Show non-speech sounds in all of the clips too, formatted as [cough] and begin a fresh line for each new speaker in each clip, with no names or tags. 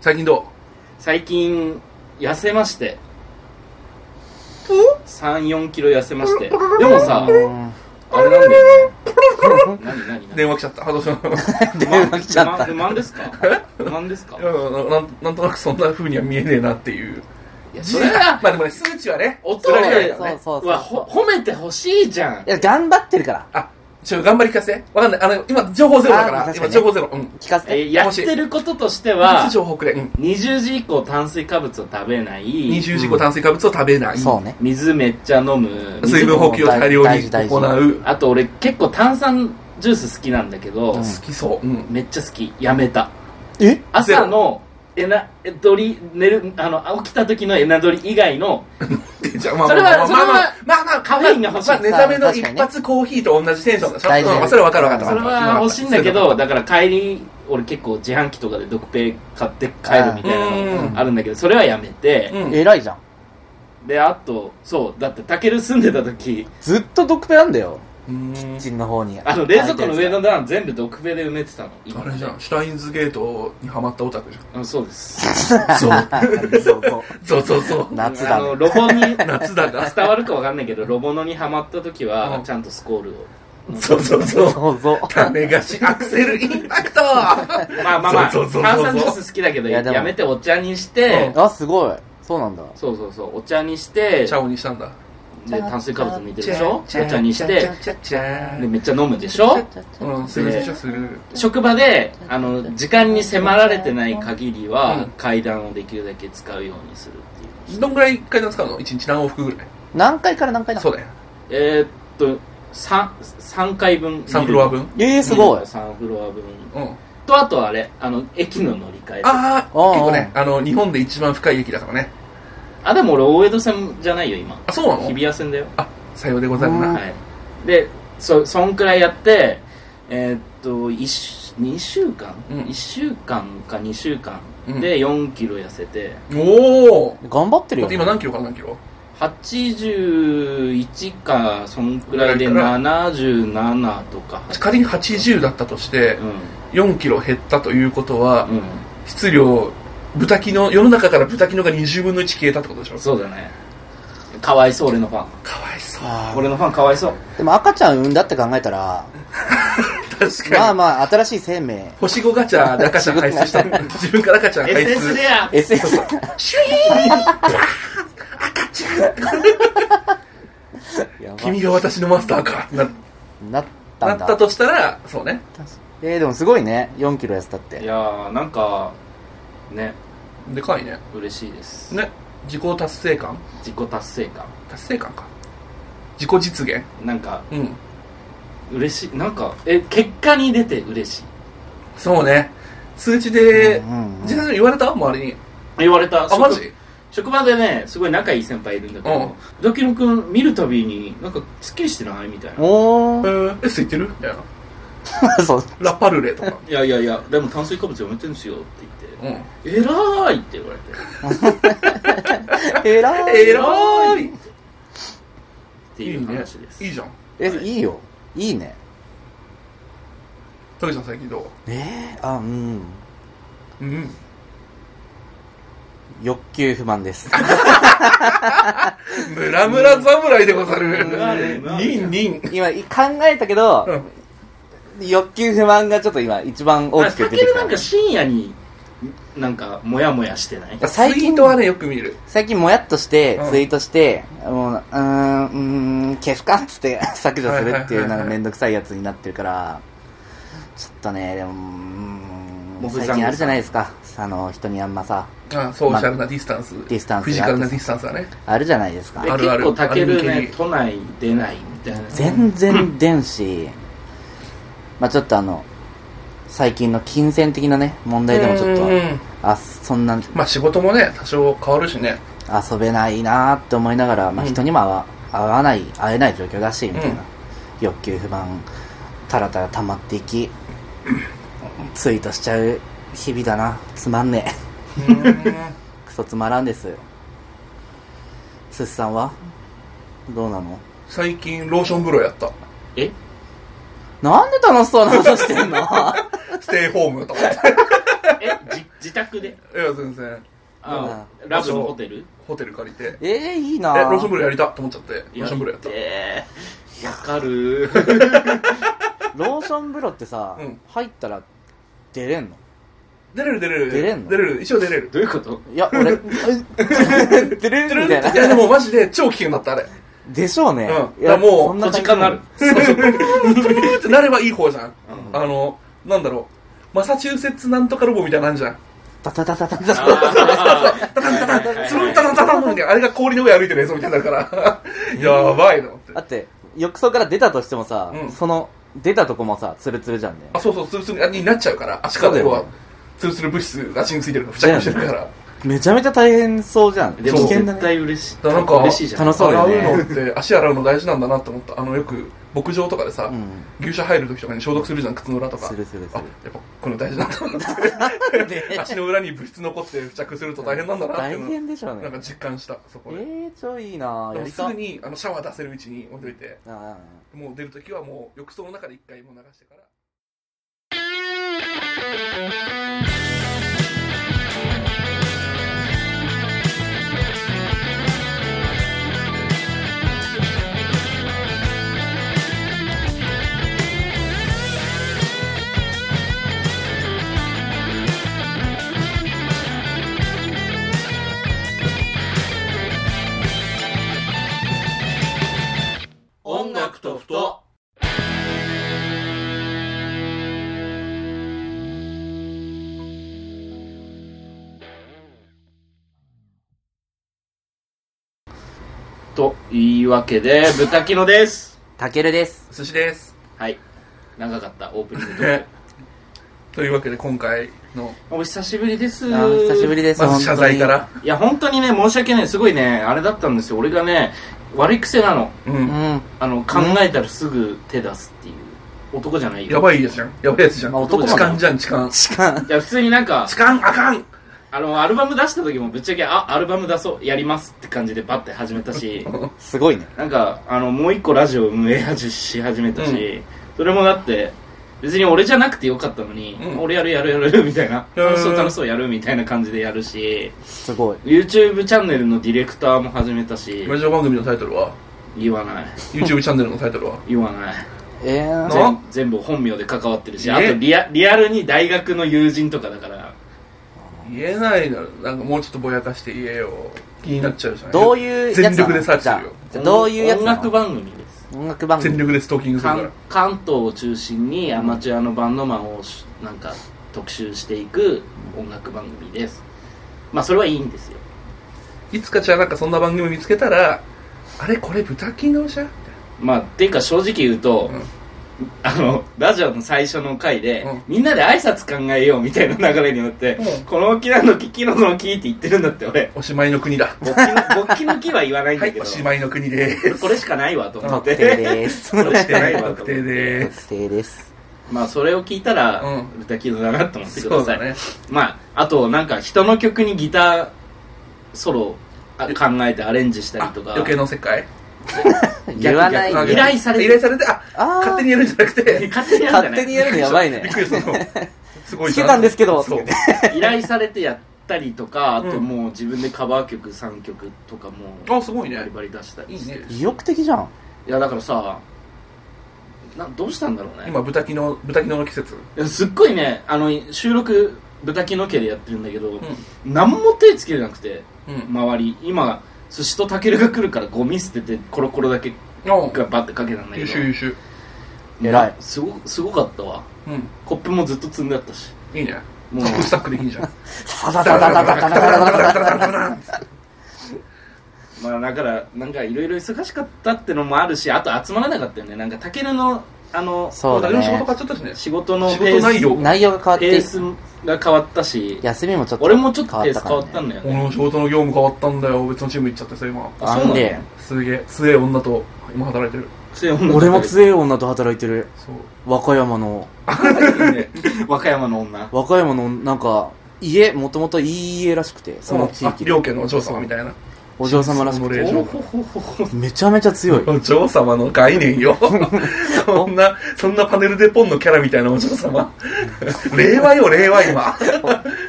最近ど
最近痩せまして34キロ痩せましてでもさ
う
あれなんだよね何何何
電話来ちゃった。ハドソン。
電話来ちゃった
不満不満ですか不満ですか
いやなんなんとなくそんな風には見えねえなっていう。
いやそれは
まあでもね、数値はね、
音
それは
で
ね
そうそうそう
はほ褒めてほしいじゃ
い
ん
や頑張ってるから
あ、ちょ、頑張り聞かせて。わかんない。あの、今、情報ゼロだか
あ
ら。
確か
今、
にね
情報ゼロ。うん。い
聞かせ
え
て
ーやってることとしては
つ情報くれ。うん。
20時以降炭水化物を食べない
20時以降炭水化物を食べない。
そうね
水めっちゃ飲む
水分補給を大量
大
に
事大事
行う。
あと俺結構炭酸ジュース好きなんだけど、
好きそう。うん。
めっちゃ好きやめた
え
朝のエナえドリ寝るあの起きた時のエナドリ以外の
でじゃあ、まあ
それ
まあま
は
あまあまあまあ、
カフェインが欲しい
まあ目覚めの
確
一
かにね
発コーヒーと同じテンションだ
大事だよ
うんそれは分かる分かった
それ
分かった。
は欲しいんだけ
そう
ど
うこ
だから帰り俺結構自販機とかでドクペ買って帰るみたいな
うん
のあるんだけどそれはやめて
と、うん。
偉いじゃん
であとそうだってタケル住んでた時
ずっとドクペなんだよ
うん
キッチンの方に
[laughs] あの冷蔵庫の上の段全部ドクペで埋めてたの
あれじゃん、シュタインズゲートにハマったオタクじ
うんそうです
ゃん。そう。
そう
[laughs]
そう
そうそうそう。
夏だ
あの
ね
ロボに [laughs]
夏だから。
伝わるかわかんないけどロボノにハマった時
う
は
ん
ちゃんとスコールを
そうそうそう。
そう
[laughs]
そう
種がしアクセルインパクト
まあまあまあ
そうそう
炭
そうそう
酸ジュース好きだけど
いやで
や
も
めてお茶にして
あすごいそうなんだ
そうそうそうお茶にして
チャオにしたんだ。
で炭水化物抜いてるでしょお
チャ
茶にして
チャチャ
でめっちゃ飲むでしょ
うん、するするする。
職場であの時間に迫られてない限り
う
は
ん
階段をできるだけ使うようにするっていう
どんぐらい階段使うの一日何往復ぐらい
何回から何回な
そ
の
うだよ。
えーっと 3, 三回分
3フロア分。
ええすごい
3フロア分
うん。
とあとあれあの駅の乗り換え
ああ、
あ
結構ね、あの、日本で一番深い駅だからね。
あでも俺大江戸線じゃないよ今
あ、そうなの
日比谷線だよ
あ、さようでござる
うん
な。
はい、でそそんくらいやってえーっと一週2週間、
うん
1週間か2週間
うん
で4キロ痩せて
おお。
頑張ってる
だ
よ
って今何キロから何キロ
81かそんくらいで77とか、
仮に80だったとして
う、ん
4キロ減ったということは、
う
質量、豚キノ、世の中から豚キノが20分の1消えたってことでしょ
ん、そうだねかわいそう俺のファン
かわいそう。
あー
俺のファンかわいそう
でも赤ちゃん産んだって考えた
[laughs]
ら
確
ま
か
あ
に。
まあ新しい生
[laughs]
命
星5ガチャで赤ちゃん排出した。自分から赤ちゃん排
SS で
出。
や
SS
[laughs] シュイーン
[laughs] やば
君が私のマスターか。な
なった
なんった
だ
としたら、そうね。
えーでもすごいね4キロ痩せたっ
い
て
やーなんかね
でかいね。
嬉しいです、
ね。自己達成感
自己達成感
達成感か。自己実現
なんか
うん。
嬉しいなんかえ結果に出て嬉しい
そうね。数値で
うんうんうん、
実際に言われた周りに。
言われた
あ、マジ
職場でねすごい仲いい先輩いるんだけ
うん
ど「ドキノ君見るたびになんかすっきりしてない?」みたいな「
お
え
ー [laughs]
ー、え、空いてるみたいな。
そう
ラパルレとか。
いやいやいやでも炭水化物やめてんですよ」って
う
言って
ん。
「えらい!」って言われてっ
えらい
えらーい
ていう話です
いいねいいじゃん
えいいよいいね
トゲちゃん最近ど
えー、あうん
ううん
欲求不満です [laughs]
ムラムラ侍でござる
うん
ニンニン
今い考えたけど、
うん
欲求不満がちょっと今一番大きく
た
出て
け
き
る
た
なんか深夜になんかモヤモヤしてない
や最近
ツイートはねよく見る
最近もやっとして
うん
ツイートして、もううーんうーん消すかっつって [laughs] 削除するっていう
はいはいはいはい
なんか面倒くさいやつになってるからちょっとねでもうー
モ
ん
フ
最
ザンゴ
近
さん
あるじゃないですかあの人にあんまさ
あソーシャルなディスタンス
ディスタンスが
フィジカルなディスタンスだね
あるじゃないですか
で
あるある
結構たける
あるに
ね
けり
都内出ないみたいな
全然出んし、まあちょっとあの最近の金銭的なね問題でもちょっと
うん
あそんな
まあ仕事もね多少変わるしね
遊べないなーって思いながら、まあ、
うん
人にも会わ,、会わない会えない状況だしみたいな、
うん
欲求不満たらたら溜まっていきツイートしちゃう日々だなつまんねえクソつまらんですよすっさんはどうなの
最近ローション風呂やった
え
なんで楽しそうなことしてんの [laughs]
ステイホームとかって
えじ自宅で
いや、全然。
あラブのホテル
ホテル借りて。
えー、いいな
え、ローションブルーやりたと思っちゃって、ローションブルーやった。
えーわかる
[laughs]
ローション風呂ってさ、
うん
入ったら出れんの
出れる出れる。
出れんの
出れる。一応出れる。
どういうこと
いや、俺、え出れるみ
い
たいな。
や、でもマジで超危険だった、あれ。
でしょうね。
うん
いや
だからもう
そん
土
感じ
地感なる
プルーってなればいい方じゃん。あの、なんだろう。マサチューセッツなんとかロボみたいなのあんじゃん。
タタタタタ
そうそうそうそう
タ。
つるんたたたたんみたいな。あれが氷の上歩いてる映像みたいになるから。やばいのって
だ。って、浴槽から出たとしてもさ、
うん
その、出たとこもさ、ツルツルじゃんね。
あ、そうそう、ツルツルになっちゃうから。足から要は、ツルツル物質が足についてるの付着してるから。
めちゃめちゃ大変そうじゃん。
でも
危険だ
絶
ね。
対嬉しい
だからなんか
嬉しいじゃん
楽しそうだ
洗
よね
うのって、足洗うの大事なんだなって思った。あの、よく牧場とかでさ、
うん。
牛舎入る時とかに消毒するじゃん、靴の裏とか。
するするす
あ、
る
やっぱ、この大事なんだなって。足の裏に物質残って付着すると大変なんだなって
大
いうの
変でしょう
なんか
ね。
実感した、
え
そこで。
ー、超いいな
で
や
も
り
す
た
ぐにあのシャワー出せるうちに置いといて、
うんうんうん
もう出るときはもう浴槽の中で一回もう流してから。
音楽とふとというわけでブタキノです
たけるです。
寿司です。
はい長かったオープニングトー
ね [laughs] というわけで今回の、
クお久しぶりです
あー久しぶりです。
まず謝罪から。
いや本当にね申し訳ないすごいねあれだったんですよ俺がね悪い癖なの
う
本当
ん。
に。うん。
あの考えたらすぐ手出すっていう男じゃないよ
やばいやつじゃん。やばいやつじゃん。
あ男
痴
なの
漢じゃん、痴漢。
しか
いや普通になんか
痴漢あかん
あのアルバム出した時もぶっちゃけあアルバム出そうやりますって感じでバッて始め
[laughs]
たし
すごいね。
なんかあのもう一個ラジオ運営し始めたし、
う
それもだって別に俺じゃなくてよかったのに、
うん
俺やるやるやる [laughs] みたいな
へー
楽しそう楽しそうやるみたいな感じでやるし
すごい。
YouTube チャンネルのディレクターも始めたし
[laughs] ラジオ番組のタイトルは
言わない
?YouTube チャンネルのタイトルは
言わない
えー、
な
全全部本名で関わってるし
え
あとリアリアルに大学の友人とかだから
言えないなら、なんかもうちょっとぼやかして言えよ。気になっちゃうじゃん。
どういうやつなの
全力でサーチする
じゃ
よ
あじゃあどういうやつ
音
なの
楽番組です
音楽番組。
全力でストーキングするから
関。関東を中心にアマチュアのバンドマンをしなんか特集していく音楽番組ですまあそれはいいんですよ
いつかじゃあなんかそんな番組見つけたら、あれこれ豚キノじゃん
まあっていうか正直言うと、
うん
あのラジオの最初の回で、
うん
みんなで挨拶考えようみたいな流れになって、
うん
この木なの木木のの木って言ってるんだって俺
おしまいの国だ。
勃起の勃起の木は言わないん
は
だけ
い、[laughs] お
ど、
しまいの国でーす。
これしかないわと思っ
特定
て [laughs]
です。
これしかないわと思って
確定でーす。
特定です。
まあそれを聞いたら、
うん
歌キノだなと思ってく
そ
だ
う
さ
だ
い、
ね。
まあ、あとなんか人の曲にギターソロあ考えてアレンジしたりとか
余計の世界
言わない
逆
あ
依
で。
逆頼されて
依頼されて、あ、
あー
勝手にやるんじゃなくて、
勝手にやるんじゃ
勝
ない
手にやるのやばいね
びっ。くりしたの。すごいじゃ
つけたんですけど
そう。
依頼されてやったりとかあ
うん
ともう自分でカバー曲3曲とかも
あ、すごい
バリ
ね。
バリ出したり
いい
して
ね
る。
意欲的じゃん。
いやだからさなどうしたんだろうね
今、豚キノ、豚キノの季節。
いやすっごいねあの収録豚キノ家でやってるんだけど、何も手つけれなくて
うん。
周り今寿司とタケルが来るからゴミ捨ててコロコロだけ
お
がバッてかけたんだけ
優
ど
秀優秀。
偉い
すごすごかったわ
うん。
コップもずっと積んであったし
いいね。
もう
トップスタックでいいじゃん。
ささささささささささ
[laughs] まあだからなんかいろいろ忙しかったってのもあるしあと集まらなかったよねなんかタケルのあの
そうだ
誰の仕事
ね
買。っちゃったしね。
仕事の
仕
ペ
事内
ー
容。
内容が変わっ
スペ
て
ー、スが変わったし
休みもちょっと
俺もちょっとペース変
変
わ
わっ
ったた
から
ん
ね。
だよ
俺
ね
の仕事の業務変わったんだよ。別のチーム行っちゃってさ、今。
あ
なんです
げえ。強え女と、今働いてる。
強い女
俺も強い女と働いてる。
そう。
和歌山の、
いね [laughs] 和歌山の女
和歌山の、なんか、家、もともといい家らしくて、その地
あ
域で。
両家のお嬢様みたいな。
お嬢様らしく
シンス
て
の霊
ほほほほ
めちゃめちゃ強い
お嬢様の概念 [laughs] よ。そんな、そんなパネルでポンのキャラみたいなお嬢 [laughs] 様。令和よ、令和今。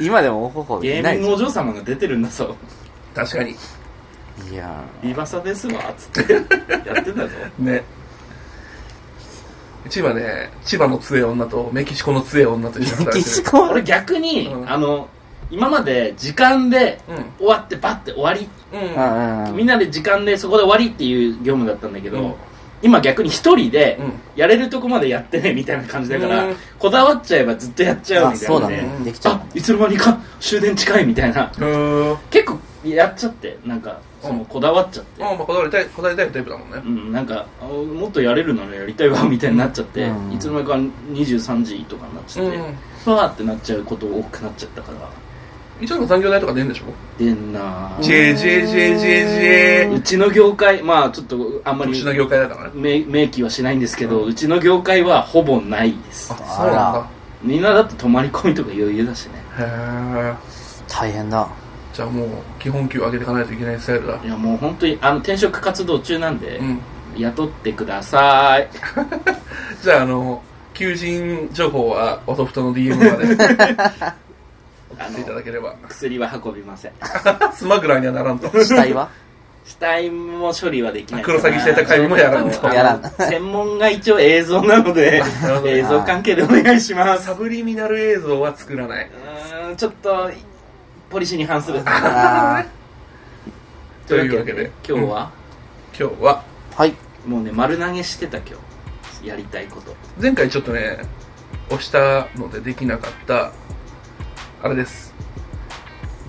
今でもおほほ
ゲ
いな
ー
い
ム
で
の
し
お嬢様が出てるんだぞ
確かに。
ょいや
リバサですわつってやってたぞ
ね。千葉ね、千葉の強い女とメキシコの強い女と一緒
ー
に
メ
働
キ
いて
シ
る。
コ
[laughs] 俺逆に、
うん
あの今まで時間で
うん
終わってバッて終わり、
うん。
うんうんうん
みんなで時間でそこで終わりっていう業務だったんだけど、
うん
今逆に一人で
うん
やれるとこまでやってねみたいな感じだから、
うん
こだわっちゃえばずっとやっちゃう
あ
みたいな
そうだ
ね
ねできちゃう
あいつの間にか終電近いみたいな
うーん。
結構やっちゃってなんかそのこだわっちゃって、
あまあ、こだわりたい、こだわりたいタイプだもんね
う。ん、なんかあもっとやれるならやりたいわみたいになっちゃって、
うん
いつの間にか23時とかになっちゃって、
うん
ふわーってなっちゃうこと多くなっちゃったから
一応の残業代とか出んでしょ
でんな
ジェジェジェジェジェ
うちの業界まあちょっとあんま
特
り
殊な業界だからね。
明明記はしないんですけど、うちの業界はほぼないです
あ、そうなん
みんなだって泊まり込みとか余裕だしね
だ。へえ。
大変
[laughs]
だ
じゃあもう、基本給上げていかないといけないスタイルだ
い。やもう本当にあの転職活動中なんで、
うん。
雇ってください
じゃあ、あの、求人情報は、おソフトの DM まで送っていただけれ [laughs] ば。
薬は運びません
スマグラーにはならんと。
死体は
死体も処理はできない
黒詐欺してた会もやらんと
やらん
専門が一応映像なので
[laughs] なるほど
映像関係でお願いします。
サブリミナル映像は作らないう
ーんちょっとポリシーに反する
あ
というわけで
今日は、
今日は、
ーはい
もうね丸投げしてた今日やりたいこと
前回ちょっとね、押したのでできなかった、あれです。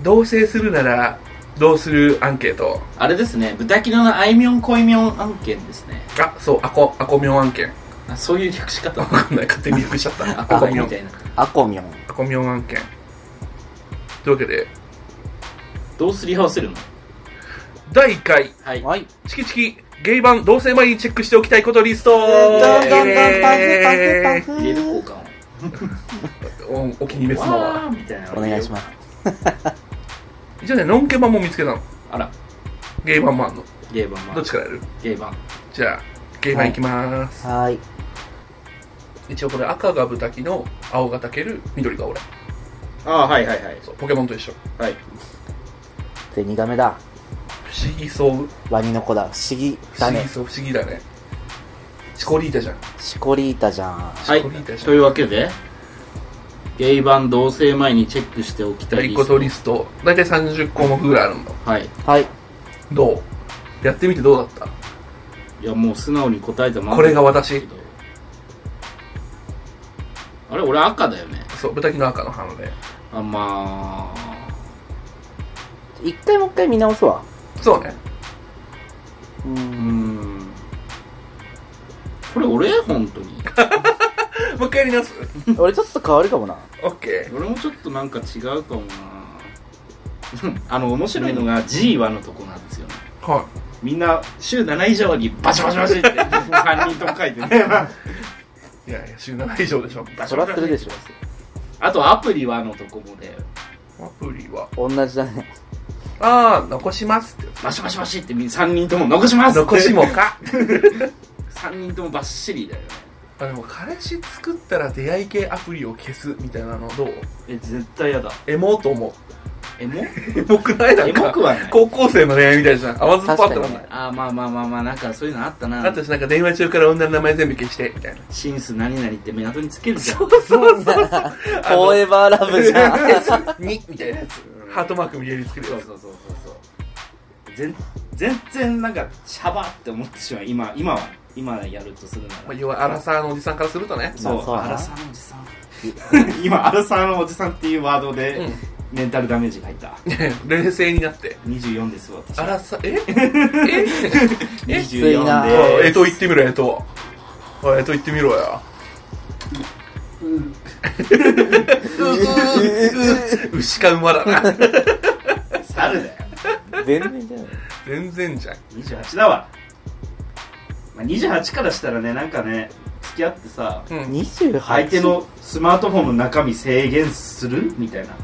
同棲するなら、どうするアンケート。
あれですね豚キノのあいみょんこいみょん案件ですね
あ、そう、アコ、アコミョン案件。
あそういう略し方
わかんない、勝手にびっくりしちゃった。
あ
[laughs] ア
こ
コ
い
ミョ
み
ン。
たいな
アコミョン
アコミョン案件。というわけで、
どうすり合わせるの
第1回、
はい
はい
チキチキ、ゲイ版同棲前にチェックしておきたいことリスト
どんどんどんパ
イエ
フパフパ
入れる
フ
効果を
ーイおお気に召すの
わ
は。
ーみたいな
お願いします
一応ね、ノンケ版も見つけたの。
あら
ゲイ版もあんの。
ゲイバン
どっ
は
ちからやる
ゲイバン
じゃあ、ゲイ版いきまーす。
はい
一応これ赤がブタキの青がタケル、緑が俺。
ああはいはいはい
そう、ポケモンと一緒。
はい
ゼニガメだ
不思議そう。
ワニの子だ不思議
不
だ
思議
ね
そう、不思議だね。チコリータじゃん。
シコリータじゃん
はい
これいいでしょ
というわけでゲイバン同棲前にチェックしておきたい
一
リ
個
ス
と
ト
リスト、だいたい30項目ぐらいあるの。
はい
はい
どうやってみてどうだっ
いやもう素直に答えたまま
これが私
あれ俺赤だよね
たそう、ブタキの赤の花で。
あまあ
一回もう一回見直す
[laughs]
わ
そうね。
う
うんんこれ俺本当に
もう一回やり直す。
俺ちょっと変わるかもな
オッケ
俺もちょっとなんか違うかもな [laughs] あの面白いのが G はのとこなんですよね
ー。は
みんな週7以上にバシバシバシって3人とも書いてね
い。いやいや、週7以上でしょ。
そらするでしょ
[laughs] あとアプリはのとこもで
アプリは。
同じだね
あー、残しますって。
バシバシバシって3人とも残します
残しも
[laughs]
か。
3人ともバッシリだよね
あ、でも、彼氏作ったら出会い系アプリを消すみたいなのどう
え絶対やだ
エモと思う。
えも
エモくないなんか
エモくはない
高校生の恋愛みたいじゃん。甘酸っぱくは
確
な
か
い。
[laughs] あーまあまあまあまあなんかそういうのあったな
あとなんか電話中から女の名前全部消して、みた
[laughs]
いな。
シンス何々って港につけるじゃん
そうそうそう。
フォーエバーラブじゃん
にみたいなやつ。ハートマーク見えるつける
そ
や
う
つ。
そうそうそうそう全全然なんかシャバって思ってしまう今今は今やるとするなら、
まあ、要は、アラサーのおじさんからするとね。
そう,、
まあそうだな
アラサーのおじさん [laughs] 今アラサーのおじさんっていうワードで、
うん
メンタルダメージが入った
[laughs] 冷静になって。
24です私
アラサー、ええ
24
ついな
え
で
と言ってみろ、えと。おいえと言ってみろよ。牛か馬だな。
す猿だよ
全然じゃない
全然じゃん。
28だわ、まあ、28からしたらねなんかね付き合ってさ
うん。うん。
28
相手のスマートフォンの中身制限するみたいな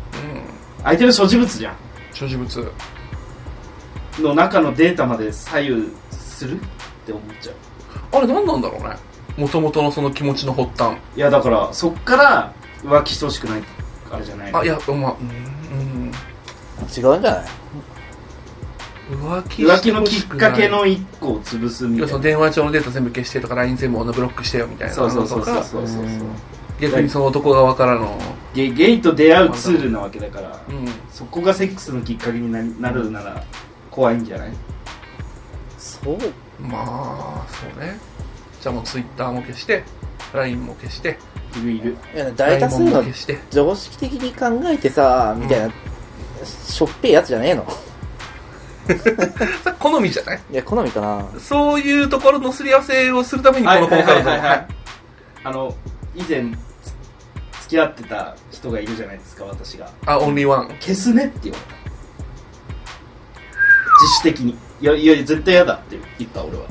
相手の所持物じゃん
所持物。
の中のデータまで左右するって思っちゃう
あれ何なんだろうねもともとのその気持ちの発端
いやだからそっから浮気してほしくないあれじゃない
あいやまあうん
違うんじゃない
うん浮気し
浮
て
気の
ほ
きっ
しくない
かけの一個を潰すみ
要
た
はいそ
な
の電話帳のデータ全部消してとか LINE 全部あのブロックしてよみたいな
そうそうそう
のと
そう
か
そうそう
うん
逆にその男側からの
ゲゲイと出会うツールなわけだから
うん
そこがセックスのきっかけにななるなら怖いんじゃない
そう
まあそうねじゃあもう Twitter も消して LINE も消して
いるいる
いや大多数
LINE も
の
消して [laughs]
常識的に考えてさみたいな、しょっぺいやつじゃねえの
さ好みじゃない
いや好みかな
そういうところのすり合わせをするためにこの今回の
あの以前つ付き合ってた人がいるじゃないですか私が
あオンリーワン
消すねって言われた自主的にいやいや絶対嫌だって言った俺は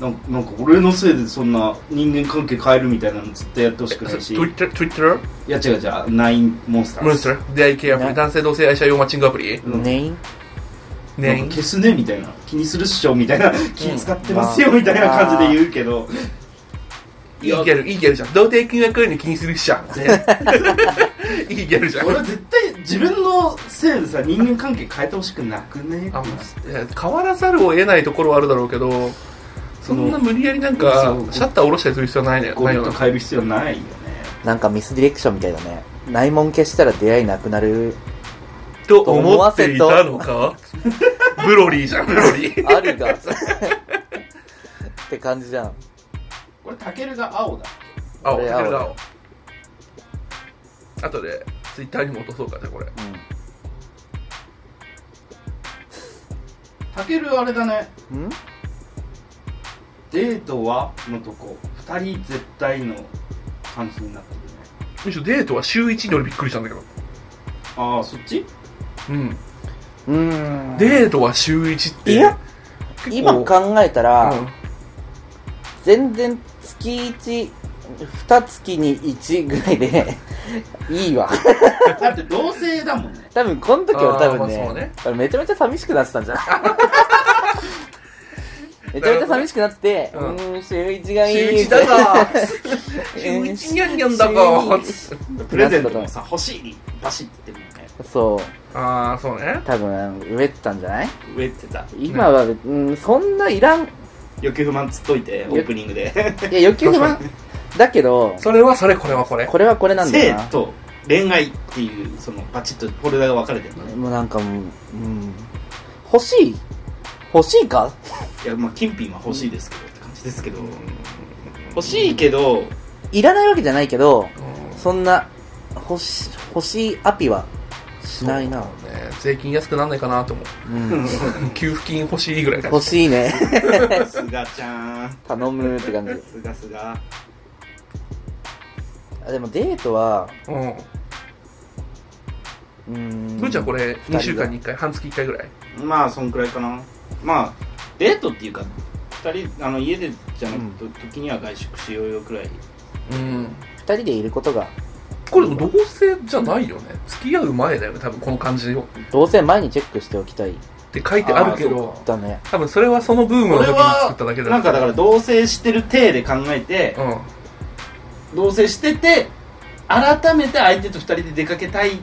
なんかなんか俺のせいでそんな人間関係変えるみたいなの絶対やってほしくないしい
Twitter Twitter
や違う違うナインモンスター
モンスター出会い系アプリ
ね
男性同性愛者用マッチングアプリ
うん
ねん
なん
ね
か消すねみたいな気にするっしょみたいな気使ってますよみたいな感じで言うけど
いいギャルいいギャルじゃん童貞君が来るの気にするっし
[laughs]
ゃんいいギャルじゃん
俺は絶対自分のせいでさ人間関係変えてほしくなくね
あまあいや変わらざるを得ないところはあるだろうけどそんな無理やりなんか
そう
シャッター下ろしたりする必要はないね
ゴ
ないよ
ミと
な
変える必要ないよね
なんかミスディレクションみたいだね内門消したら出会いなくなる
と思っていたのかブロリーじゃんブロリー
あるがって感じじゃん
これタケルが青だ
青
俺
タケルが
青
青あとでツイッターにも落とそうかじゃあこれ
タケルあれだね
うんん
デートはのとこ二人絶対の感じになってるね
むしろデートは週1に俺びっくりしたんだけど
ああそっち
うん
うん
デートは週1って
いや
結構
今考えたら、
うん
全然月1二月に1ぐらいでいいわ
[laughs] だって同性だもんね
多分この時は多分
あーまあそう
ね
ね
めちゃめちゃ寂しくなってたんじ
[laughs]
ゃないめちゃめちゃ寂しくなってて、う
なるほど
ー
ね
ん、週1がい
週
い。
1
[laughs]
だ [laughs] が週1にゃんにゃんだ [laughs] が
週
プレゼントもさ欲しいにバシッて言ってるもんね
[laughs] そう、
ああそうね
多分、植えてたんじゃない
上ってた
今は、うん、そんないらん。い
欲求不満つっといてオープニングで
や、欲求不
[laughs]
満だけど、
それはそれこれはこれ
これはこれなんだ
性
よな。
と恋愛っていうそのバチッとフォルダが分かれてるのね
もうなんかもう、うん、欲しい欲しいか
いやまあ金品は欲しいですけどって感じですけど欲しいけど
いらないわけじゃないけど、
うん
そんな、欲し、欲しいアピはしないな。
そうね税金安くなんないかなと思う
うん。
給付金欲しいぐらいだ
欲しいね。
すがちゃん
[laughs] 頼むって感じ。
すがすが
あでもデートは、
うん
うーん。
ぐーちゃんこれ
人が
2週間に1回半月1回ぐらい
まあそんくらいかなまあデートっていうか2人あの家でじゃなくて、時には外食しようよくらい
うん
二人でいることが、
これでも同性じゃないよね付き合う前だよね多分この感じを
どうせ前にチェックしておきたい。
って書いてあるけ
あーそう
ど
か
だね。
多分それはそのブーム
こ
の
れ
時に作
は
っただけだ
なんかだから同棲してる体で考えて、
うん
同棲してて改めて相手と2人で出かけたい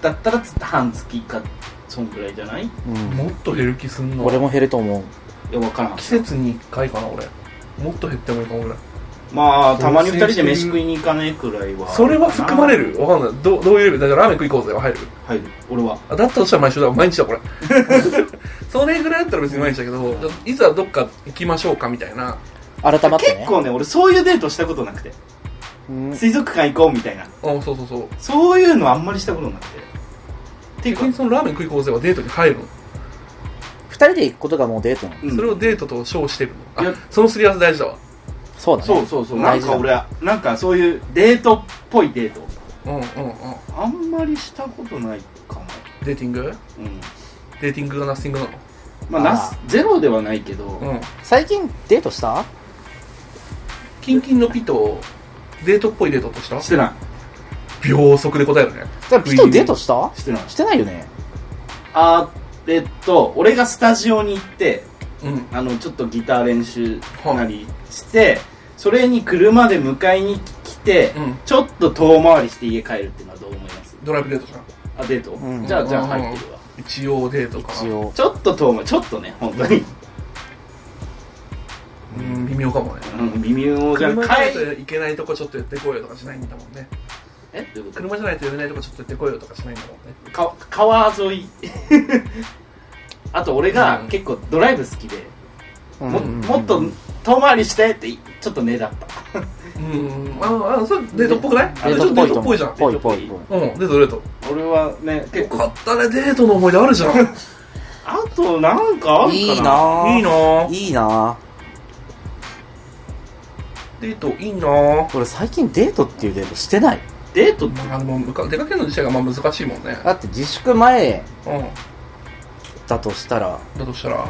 だったらつ半月かそんくらいじゃないう
もっと減る気すん
ん。
の
俺も減ると思う。
いや分からん
季節に1回かな俺もっと減ってもいいかもぐらい
まあたまに2人で飯食いに行かないくらいは
それは含まれるわかんないどうどういうレベルだからラーメン食い行こうぜは入る
はい俺は
あだったとしたら毎週だ毎日だ [laughs] これそれぐらいだったら別に毎日だけどいざどっか行きましょうかみたいな
改まってね。
結構ね俺そういうデートしたことなくて
うん。
水族館行こうみたいな
あそうそうそう
そういうのあんまりしたことなくてっていう
逆
か
にそのラーメン食い行こうぜはデートに入るの
二人で行くことがもうデートなの。
うん
それをデートと称してるの
い
あ
や
そのすり合わせ大事だわ
そうだね。
そうそうそうな
大
ん
事
か
だ
俺はなんかそういうデートっぽいデート
うんうんうん
あんまりしたことないかも
デーティング
うん
デーティングがナッシングなの
まあ
あー
なすゼロではないけど、
うん
最近デートした
キンキンのピとデートっぽいデートとした
してな
秒速で答えるね
じゃあ、ピトデートした
いしてない
してないよね。
あえっと俺がスタジオに行って
うん
あのちょっとギター練習なりして、それに車で迎えに来て、
うん
ちょっと遠回りして家帰るっていうのはどう思います
ドライブデートかな
あデート、
うん
じゃあじゃあ入ってるわ、
一応デートかな
一応
ちょっと遠回りちょっとね本当に、
うん微妙かもね
うん、微妙じゃん
車じゃない
帰
といけないとこちょっとやってこいよとかしないんだもんね
えどういうこ
車じゃないと言えないとこちょっとやってこいよとかしないんだもんね
とか川沿いあと俺が
うん
結構ドライブ好きで、ももっと遠回りしてってちょっとねだった
うんああそれデートっぽくないあ
デー
れちょっとデート
トっ
っぽ
ぽ
い
い
じ
と
ゃん
思
うん
うぽいぽいぽい
デートデート
俺はね結
よ
構
かったねデートの思い出あるじゃんい
あとなんかあるかない
いなぁ
いなぁ
いいなぁ
デートいいなぁ
俺最近デートっていうデートしてない
デートって
まあでもむか出かけるの自体がまあ難しいもんね
だって自粛前
うん
だとしたら
だとしたら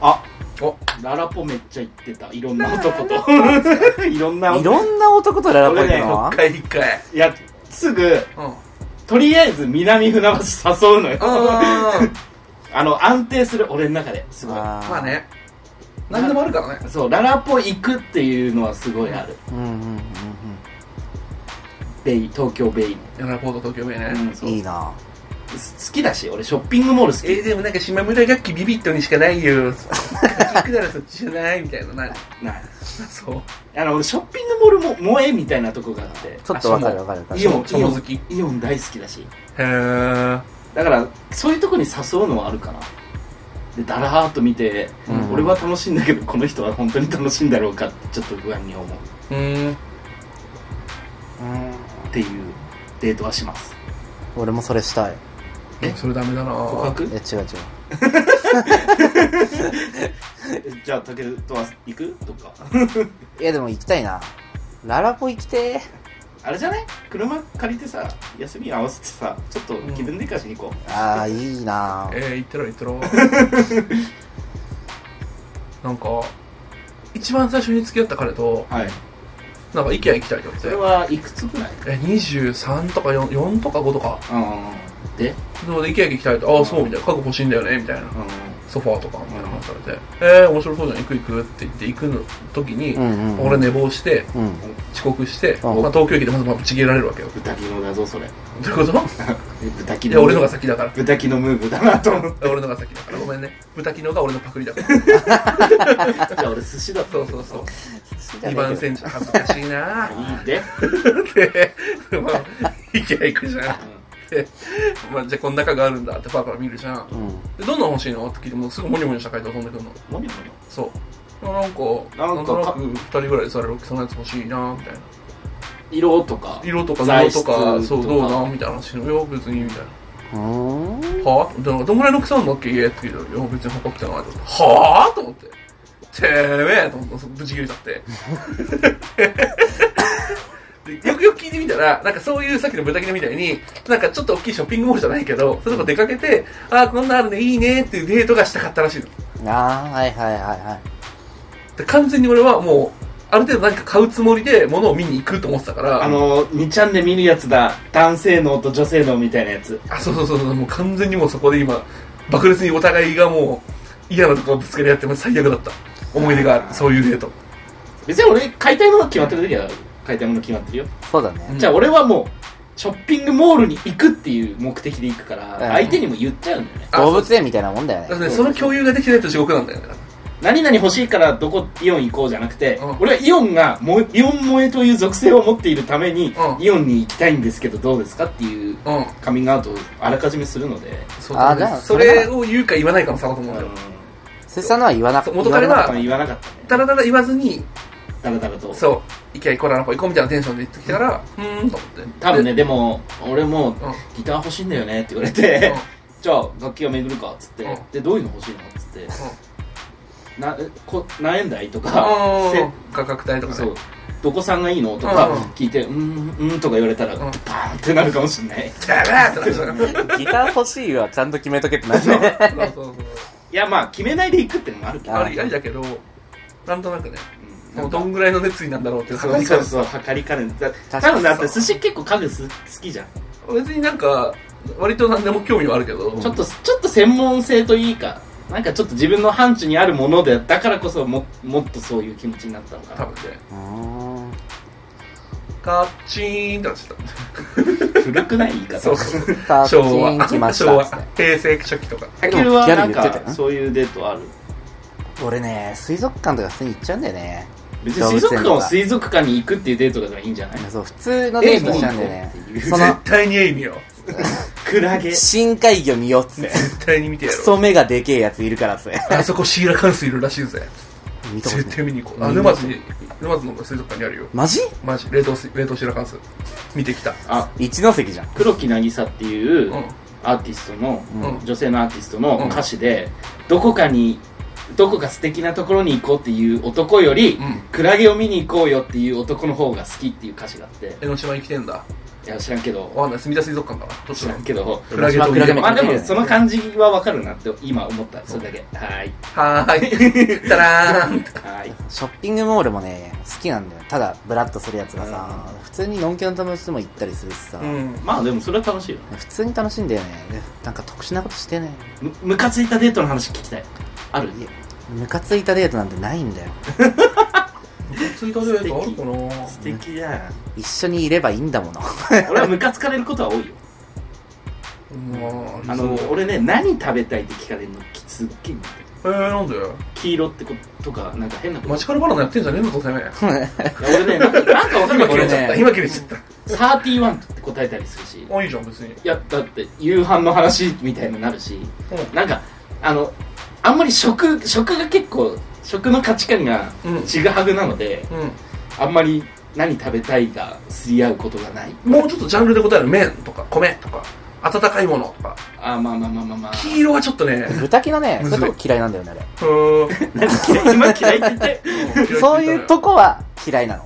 あ
お
ララポめっちゃ行ってたいろんな男 [laughs] といろんない
ろんな男とララポ行くのは
一回一回
いやすぐ
うんあ
とりあえず南船橋誘うのよ
あー
あの安定する俺の中ですごい
あー
まあね何でもあるからね
そうララポ行くっていうのはすごいある
うんうんうん
ベイ東京ベイ
いやラポート東京名
う
ね
ん
う
そ
ん
う
いいな
す好きだし俺ショッピングモール好
え
き
ー、でもなんか島村楽器ビビットにしかないよそっち行くならそっちじゃないみたいなな
な
そう
あの俺ショッピングモールも萌えみたいなとこがあって
ちょっとわかるわかるわかる
イオン
ショ
イ
モ
オ
好
ン
き
イオン大好きだし
へえ
だからそういうとこに誘うのはあるかなでだらーっと見て、
うん
俺は楽しいんだけどこの人は本当に楽しいんだろうかってちょっと不安に思うっ
うん
うん
ていうデートはします
俺もそれしたい
え
それダメだな
告白
え違う違う
えじゃあ武とは行くと [laughs] か
いやでも行きたいなララポ行きて
あれじゃない車借りてさ休み合わせてさちょっと気分転換しに行こ
ーああいいなぁ
えー、言ってろ言ってろなんか一番最初に付き合った彼と
う、はい
なんか IKEA 行きたいって
そ
言
れ
わ
はいくつぐらい
れてえ23とか 4, 4とか5とか
うん
で
で
も IKEA 行きたいとああそうみたいな家具欲しいんだよねみたいな
うん
ソファーとかみたいな話されてえー、面白そうじゃん行く行くって言って行くの時に、
うんうんうん
俺寝坊して
うん
遅刻して、
うん
まあ、東京駅でまずまぶち切れられるわけよ
豚キノだぞそれ [laughs]
どうい
[laughs]
うこと
豚キ
い
ノ
や俺のが先だから
豚キノムーブだなと思っ
俺のが先だからごめんね豚キノが俺のパクリだから
[laughs]
た [laughs] じゃあ俺寿司だ
そ
と
うそうそう2番煎じ恥ずかしいなぁ
いいで
[laughs]
で、まあ、行きゃ行くじゃん。で、まあ、じゃあこん中があるんだってパラパラ見るじゃん。
うん
で、どんなの欲しいのって聞いても、すぐモニョモニョした回答飛んでくるの。
モニモニ
そう。なんか、な
なんんか
となく2人ぐらいでされるそのやつ欲しいなみたいな。
色とか
色とか
材
布
質
とか、そう、
と
どうなみたいな話の。いや、別に、みたいな。
うーん
はぁでなんかどんぐらいの草なんだっけ家って聞いたら、いや、別に測ってないと思って。はぁと思って。てめえと思って、ぶち切れちゃって。 [laughs] でよくよく聞いてみたら、なんかそういうさっきの豚キノみたいに、なんかちょっと大きいショッピングモールじゃないけど、そういうとこ出かけて、ああ、こんなんあるね、いいねっていうデートがしたかったらしいの。
ああはいはいはいはい
で完全に俺はもう、ある程度何か買うつもりで物を見に行くと思ってたから、
あの2ちゃんで見るやつだ男性能と女性能みたいなやつ
あ、そうそうそうそう、もう完全にもうそこで今、爆裂にお互いがもう嫌なところぶつけり合って、もう最悪だった。思い出がある、そういうデート。
別に俺買いたいもの決まってる時は買いたいもの決まってるよ、
そうだね
じゃあ俺はもうショッピングモールに行くっていう目的で行くから、
うん
相手にも言っちゃうんだよね
あ
動物園みたいなもんだよ
だから
ね
ね、その共有ができてないと地獄なんだよね。
何々欲しいからどこイオン行こうじゃなくて、
うん
俺はイオンがもイオン萌えという属性を持っているために、
うん
イオンに行きたいんですけどどうですかっていう
うん。
カミングアウトをあらかじめするので、
そう
あ
だ
ーじゃ
ね。
あ
それを言うか言わないかの差だと思うんだよ。
鈴木さんのは言わな
そ
く
う元彼
言
は
わな
あ
かっ
んま言わなかったね
ただただ言わずに、
だらだらと
そう、イケアイコララポ行こうみたいなテンションで言ってきたから、うーんと思って。
多分ねでも俺も
うん
ギター欲しいんだよねって言われ
で。
て
うん
じゃあ楽器は巡るかっつって、
うん
でどういうの欲しいのっつって
う
なえこ何円台と
ん
か
うん
せ
価格帯とか
そ
ね
う。どこさんがいいのとか
うん
聞いて「うんうん」とか言われたら、
ん
パーンってなるかもしんない
てめえってなっちゃうそう [laughs]
たギター欲しいはちゃんと決めとけってなるね
そうそう。
いやまあ決めないでいくってのもあるけど、
あ
ありありだけど、なんとなくね、
うん
もうどんぐらいの熱意なんだろうっていう
そう
測り
そう
方
そう測りかねだ
かに
多分だって寿司結構家具す好きじゃん、
別になんか、割と何でも興味はあるけど、
ん
ち
ち
ょ
ょ
っ
っとちょっと好専門性といいかなんかちょっと自分の範疇にあるものでだからこそももっとそういう気持ちになった
[laughs]
のか
多
な
分ね
うーん
カッチーンってなっちゃっ
古くない言い
た
方
そうそう
さあ、
昭
パチン
和
来まし
昭
た
和
っつって
平成初期とか
たけるは
でも
なん
ギャル言ってた
か
よ
そういうデートある
俺ね、水族館とか普通に行っちゃうんだよね。
別に水族館を水族館に行くっていうデートだからいいんじゃない
そう、普通のデートしちゃうんだよね
えもう。
その
絶、対にエイミよ
クラゲ
深海魚見よっつって。
絶対に見てや
ク
ろう
ソ目がでけえやついるからっつって。
あそこシーラカンスいるらしいぜ
見たこと
絶
ない。
対見に行こうあ沼津に沼津の水族館にあるよ
マジ
マジ冷凍水冷凍シーラカンス見てきた
あ
一ノ関じゃん。
黒木渚っていう
うん
アーティストの、
うん
女性のアーティストの歌詞で、どこかにどこか素敵なところに行こうっていう男より、
うん
クラゲを見に行こうよっていう男の方が好きっていう歌詞があって
江ノ島に来てんだ
いや知らんけど
わかんない墨田水族館かなどっち
知
だ
ら
ろ
ん
う
けど
クラゲ
まあ
と
クラゲ
まあでも
関係ない
その感じはわかるなって今思ったそれだけはーい
は
[laughs]
ーいたらーん
はーい
ショッピングモールもね、好きなんだよ。ただ、ブラッとするやつがさ、普通にのんきの友達とも行ったりするしさ、
うん
まあでもそれは楽しいよね
普通に楽しいんだよね。でなんか特殊なことしてね。
むムカついたデートの話聞きたいある
いやムカついたデートなんてないんだよ。
ツイートであるかな
素敵だな
一緒にいればいいんだもの。
俺はムカつかれることは多 [laughs] いよ
まあ
あの
そう
俺ね何食べたいって聞かれるのきすっげえ苦手
えー、なんで
黄色ってこととかなんか変なこと
マジカルバナナやってんじゃねえのとせめ
俺ねなんかなんかわかんな
今切
いけど
れちゃった
俺ね
今切れちゃった
サーティワンって答えたりするし
あいいじゃん別に
いやだって夕飯の話みたいになるしなんかあのあんまり食食が結構食の価値観が
うん
ちぐはぐなので、
うん、
あんまり何食べたいがすり合うことがない
もうちょっとジャンルで答える麺とか米とか温かいものとか
あーまあまあまあまあまあ
黄色はちょっとね
豚キのね、
む
そう
ず
い
い
と
う
こ嫌いなんだよね、あれ。
うーん
何嫌い今嫌いって言って
そういうとこは嫌いなの。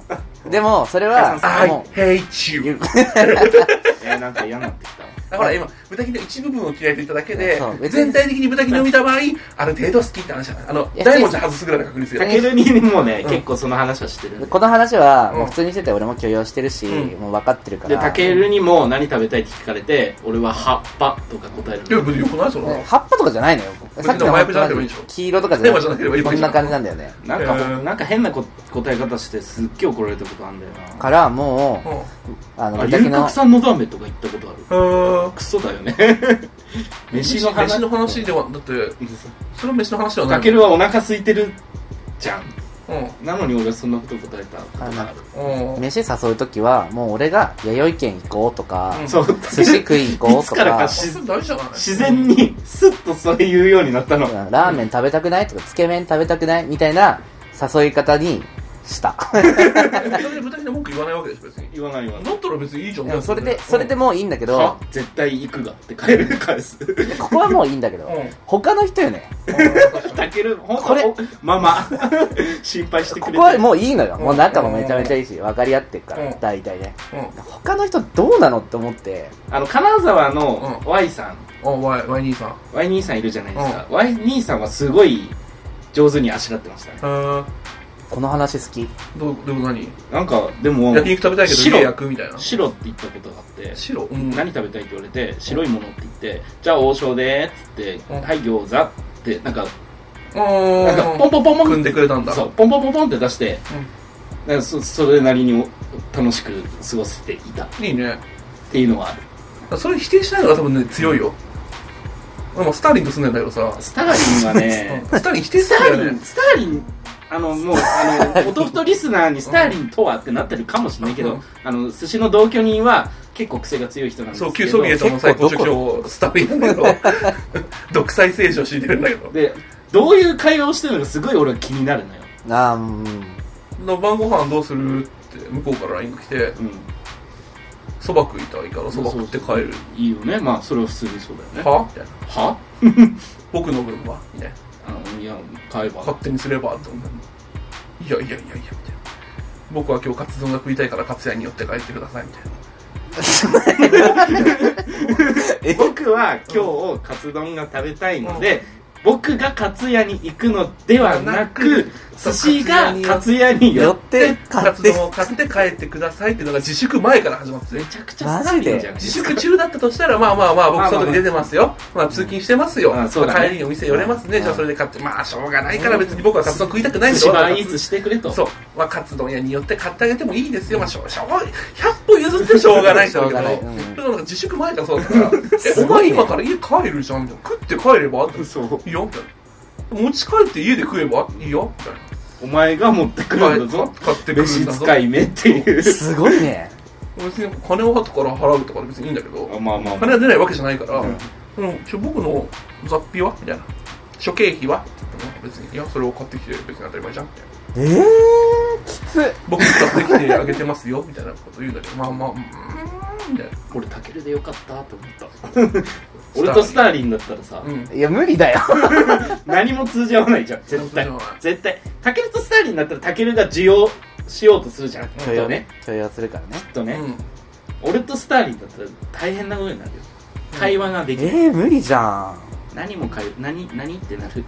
でも、それは、
I
も
hate you
う、
[laughs] いやなんか嫌になってきたわ
だから今豚キの一部分を嫌いと言っただけで
そう別に
全体的に豚キの見た場合ある程度好きって話じゃないあの
いや
大文字外すぐらいの確率よ
たけるにもね、
うん
結構その話はしてるんで
この話は、もう
うん
普通にしてて俺も許容してるし、
うん
もう分かってるか
で
ら。
たけるにも何食べたいって聞かれて俺は葉っぱとか答える
いや別によくないそ
ね
の
葉っぱとかじゃないのよ。
別に
さっきの
麻薬じゃなければいいでしょ
黄色とかじゃ
テーマじゃなければいい
こ
わけ
ん
じゃん
な感じなんだよね。
なんかほ、
えー
なんか変なこ答え方してすっげえ怒られたことあんだよな
から、も
うんう
う、あの、
あ
豚キ
龍角
の、
さんのど飴とか言ったことある
ーん
クソ
[laughs]
だよね飯の話
飯の話ではだってそれは飯の話ではない
かけるはお腹空いてるじゃん
うん
なのに俺はそんなこと答えたことがある
うん
飯誘うときは、もう俺が弥生県行こうとか、
うん
そう
寿司食い行こう
[laughs] いつ
と
から
か、
か
う
し
それ大事じゃない
自然にスッとそれ言うようになったの
んラーメン食べたくないとか、つけ麺食べたくないみたいな誘い方にした。
えそれで豚キの文句言わないわけでしょ別に
言わないわ
だったら別にいいじゃん
でもそれで、それでもういいんだけど
は、絶対行くがって帰る返
[laughs]
す
ここはもういいんだけど
うん、
他の人よね。
たけるほんと
これ
おママ [laughs] 心配してく
こ
れて
こはもういいのよ。
うん
もう仲もめちゃめちゃいいし、分かり合ってるか
う
ら、
ん
大体ね。
うん
他の人どうなのって思って、
あの金沢の Y さん、
うんあワイワイ兄さん
Y 兄さんいるじゃないですか、Y 兄さんはすごい上手にあしらってましたね
へー
この話好き。
どうどう何
なんかでも
焼肉食べたいけど
白
家焼くみたいな
白って言ったことがあって
白うん
何食べたいって言われて白いものって言ってじゃあ王将でーっつって、
うん
はい餃子ってなんかなんかポ
う
ンポンポンポン
ん組んでくれたんだ
そうポンポンポンポンって出して、なんかそそれなりに楽しく過ごせていたっ
いいね
ていうのはある
それ否定しないのが多分ね強いよ俺もスターリンと住んでんだけどさ
スターリンは
[laughs]
ね
スターリン否定
スタ
するんだ
ー
よ
リン、
ね
スターリン、あの、もう、あの、弟リスナーにスターリンとはってなってるかもしれないけ
う
ど
ん、
あの、寿司の同居人は結構癖が強い人なんですけ
そう旧
ど、
ソビエトの最高首相スターリンだけ
[laughs]
ど独裁政治を敷いてるんだけど
で、どういう会話をしてるのかすごい俺は気になるのよ。
あーうん。
の晩ご飯どうするって向こうから LINE が来て
うん。
そば食いたいからそば食って帰る
いいよね。まあ、それは普通にそうだよね。
はみたいな
は
僕の分はみたいな
あの、いや、買えば。
勝手にすればって思ったのいやいやいやいやみたいな僕は今日カツ丼が食いたいからカツ屋に寄って帰ってくださいみたいな
僕は今日、カツ丼が食べたいので、僕がカツ屋に行くのではな
な
く
く
寿司がカツ屋に
[laughs]
寄
寄っ
って
買
カ
っ
ツ
て
丼を買って帰ってくださいっていうのが自粛前から始まって
め
て
ちゃくちゃサービスじゃ
マ
ん
自粛中だったとしたらまあまあまあ
まあ
僕
まあまあ
外に出てますよまあ通勤してますよ
うん
まあ
そうだね
帰りにお店寄れますね
うん
じゃあそれで買ってまあしょうがないから別に僕はカツ丼食いたくないん
寿
で
司
わ
バ
ざわ
ー
ざ
イーツしてくれと
そうまあカツ丼屋によって買ってあげてもいいですよまあしょうしょう100歩譲ってしょうがないんだけ
しょ
ど
うがないうん
だからなんか自粛前からそうだからえ
す
お
ご
前
いね
今から家帰るじゃんみたいな食って帰ればって
そう
いいよみたいな持ち帰って家で食えばいいよみたいな
お前が持ってくるんだぞ
買ってくるん
飯
だぞ
使い目っていう
すごいね
別に金を後から払うとかで別にいいんだけど
あまあまあま
金
あ
は出ないわけじゃないから、
うん
うん、ちょ僕の雑費はみたいな諸経費はって言っても別にいやそれを買ってきて別に当たり前じゃんみたいな
[laughs] えー、きつ
僕買ってきてあげてますよみたいなこと言うんだけどまあまあうーんみたいな
俺タケルでよかったと思った [laughs] 俺とスターリンだったらさ
うん
いや無理だよ
何も通じ合わないじゃん絶対
通じ合わない
絶対タケルとスターリンだったらタケルが需要しようとするじゃんきっ
許容
とね
[laughs] 許容するからね
きっとね
うん
俺とスターリンだったら大変なことになるよ会話ができる
えー、無理じゃん
何も会何何ってなる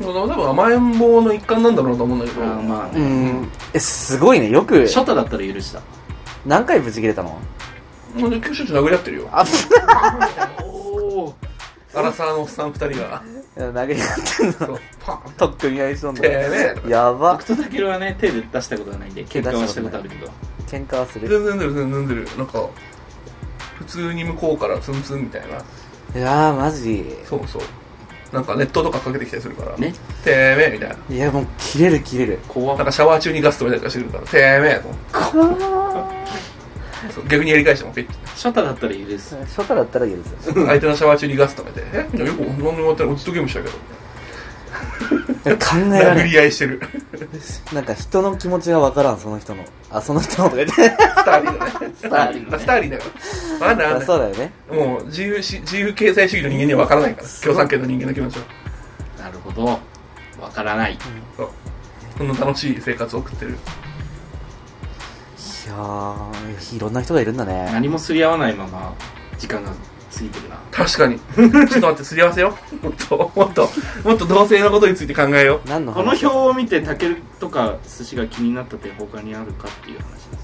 そう多分甘えん坊の一環なんだろうなと思うんだけど
ああまあ
う
ね
んえすごいねよく
ショタだったら許した
何回ブチ切れたの
もうね九州地殴り合ってるよ
[laughs] あっ
おお
アラサーのおっさん二人が
殴り合ってん
そ
の [laughs]
うパン
とっくみ合いしとん
てめ
だ
え
やば
僕とタケルはね手で出したことはないんで
手
結
出したことな
果
い
はしたことあるけど
喧嘩はする
全然出る全然出るなんか普通に向こうからツンツンみたいない
やーマジ
そうそうなんかネットとかかけてきたりするから
ね
てめえみたいない
やもう切れる切れる
怖
なん
っ
かシャワー中にガス止めたりとかしてくるから、てめえと思ってそう逆にやり返してもピッて。
ショタだったら許す
初夏だったら許す
相手のシャワー中にガス止めて、えみんなよく何でもやってない。落ちとゲームしたけど。
でも [laughs] 考えら
殴
れ
り合いしてる。
んなんか人の気持ちがわからんその人のあその人のとか言 [laughs] って
スターリーだね。
スターリン
あスターリーだよ。まだあ
[laughs]
ん
そ
だ
うだよね
もう自由し、自由経済主義の人間には分からないから。共産圏の人間の気持ちは。
なるほどわからない
そう。こんな楽しい生活を送ってる。
いやーいろんな人がいるんだね
何もすり合わないまま時間が過ぎてるな
確かに。ちょっと待って、すり合わせよ。もっと、もっと、もっと同性のことについて考えよ
何の
この
話
表を見てタケルとか寿司が気になった点他にあるかっていう話ですよ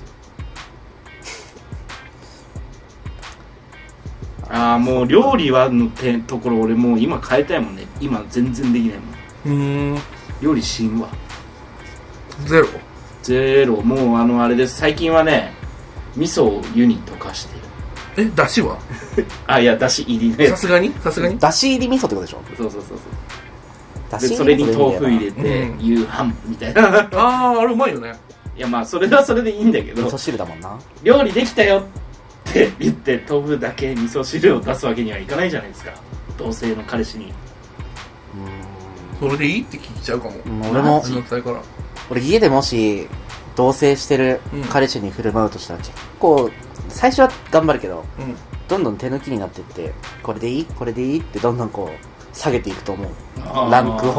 ああもう料理はのてところ俺もう今変えたいもんね今全然できないもん
う。うーん。
料理しんわ
ゼロ。
ゼロもうあのあれです最近はね味噌を湯に溶かして
え、出汁は
あいやだし入りのや
さ
つ
すがにさすがに
だし入り味噌ってことでしょ
そうそうそうそう
だし入り
でそれに豆腐入
れ
れて
うん
夕飯みたいな
あー、あれうまいよね。
いやまあそれはそれでいいんだけ
味
ど
噌汁だもんな
料理できたよって言って豆腐だけ味噌汁を出すわけにはいかないじゃないですか同性の彼氏に
それでいいって聞いちゃうかも。
うん俺も
めんどくさいから。
俺家でもし同棲してる彼氏に振る舞うとしたら結構最初は頑張るけど
うん。
どんどん手抜きになってってこれでいいこれでいいってどんどんこう下げていくと思う
あー
ランクを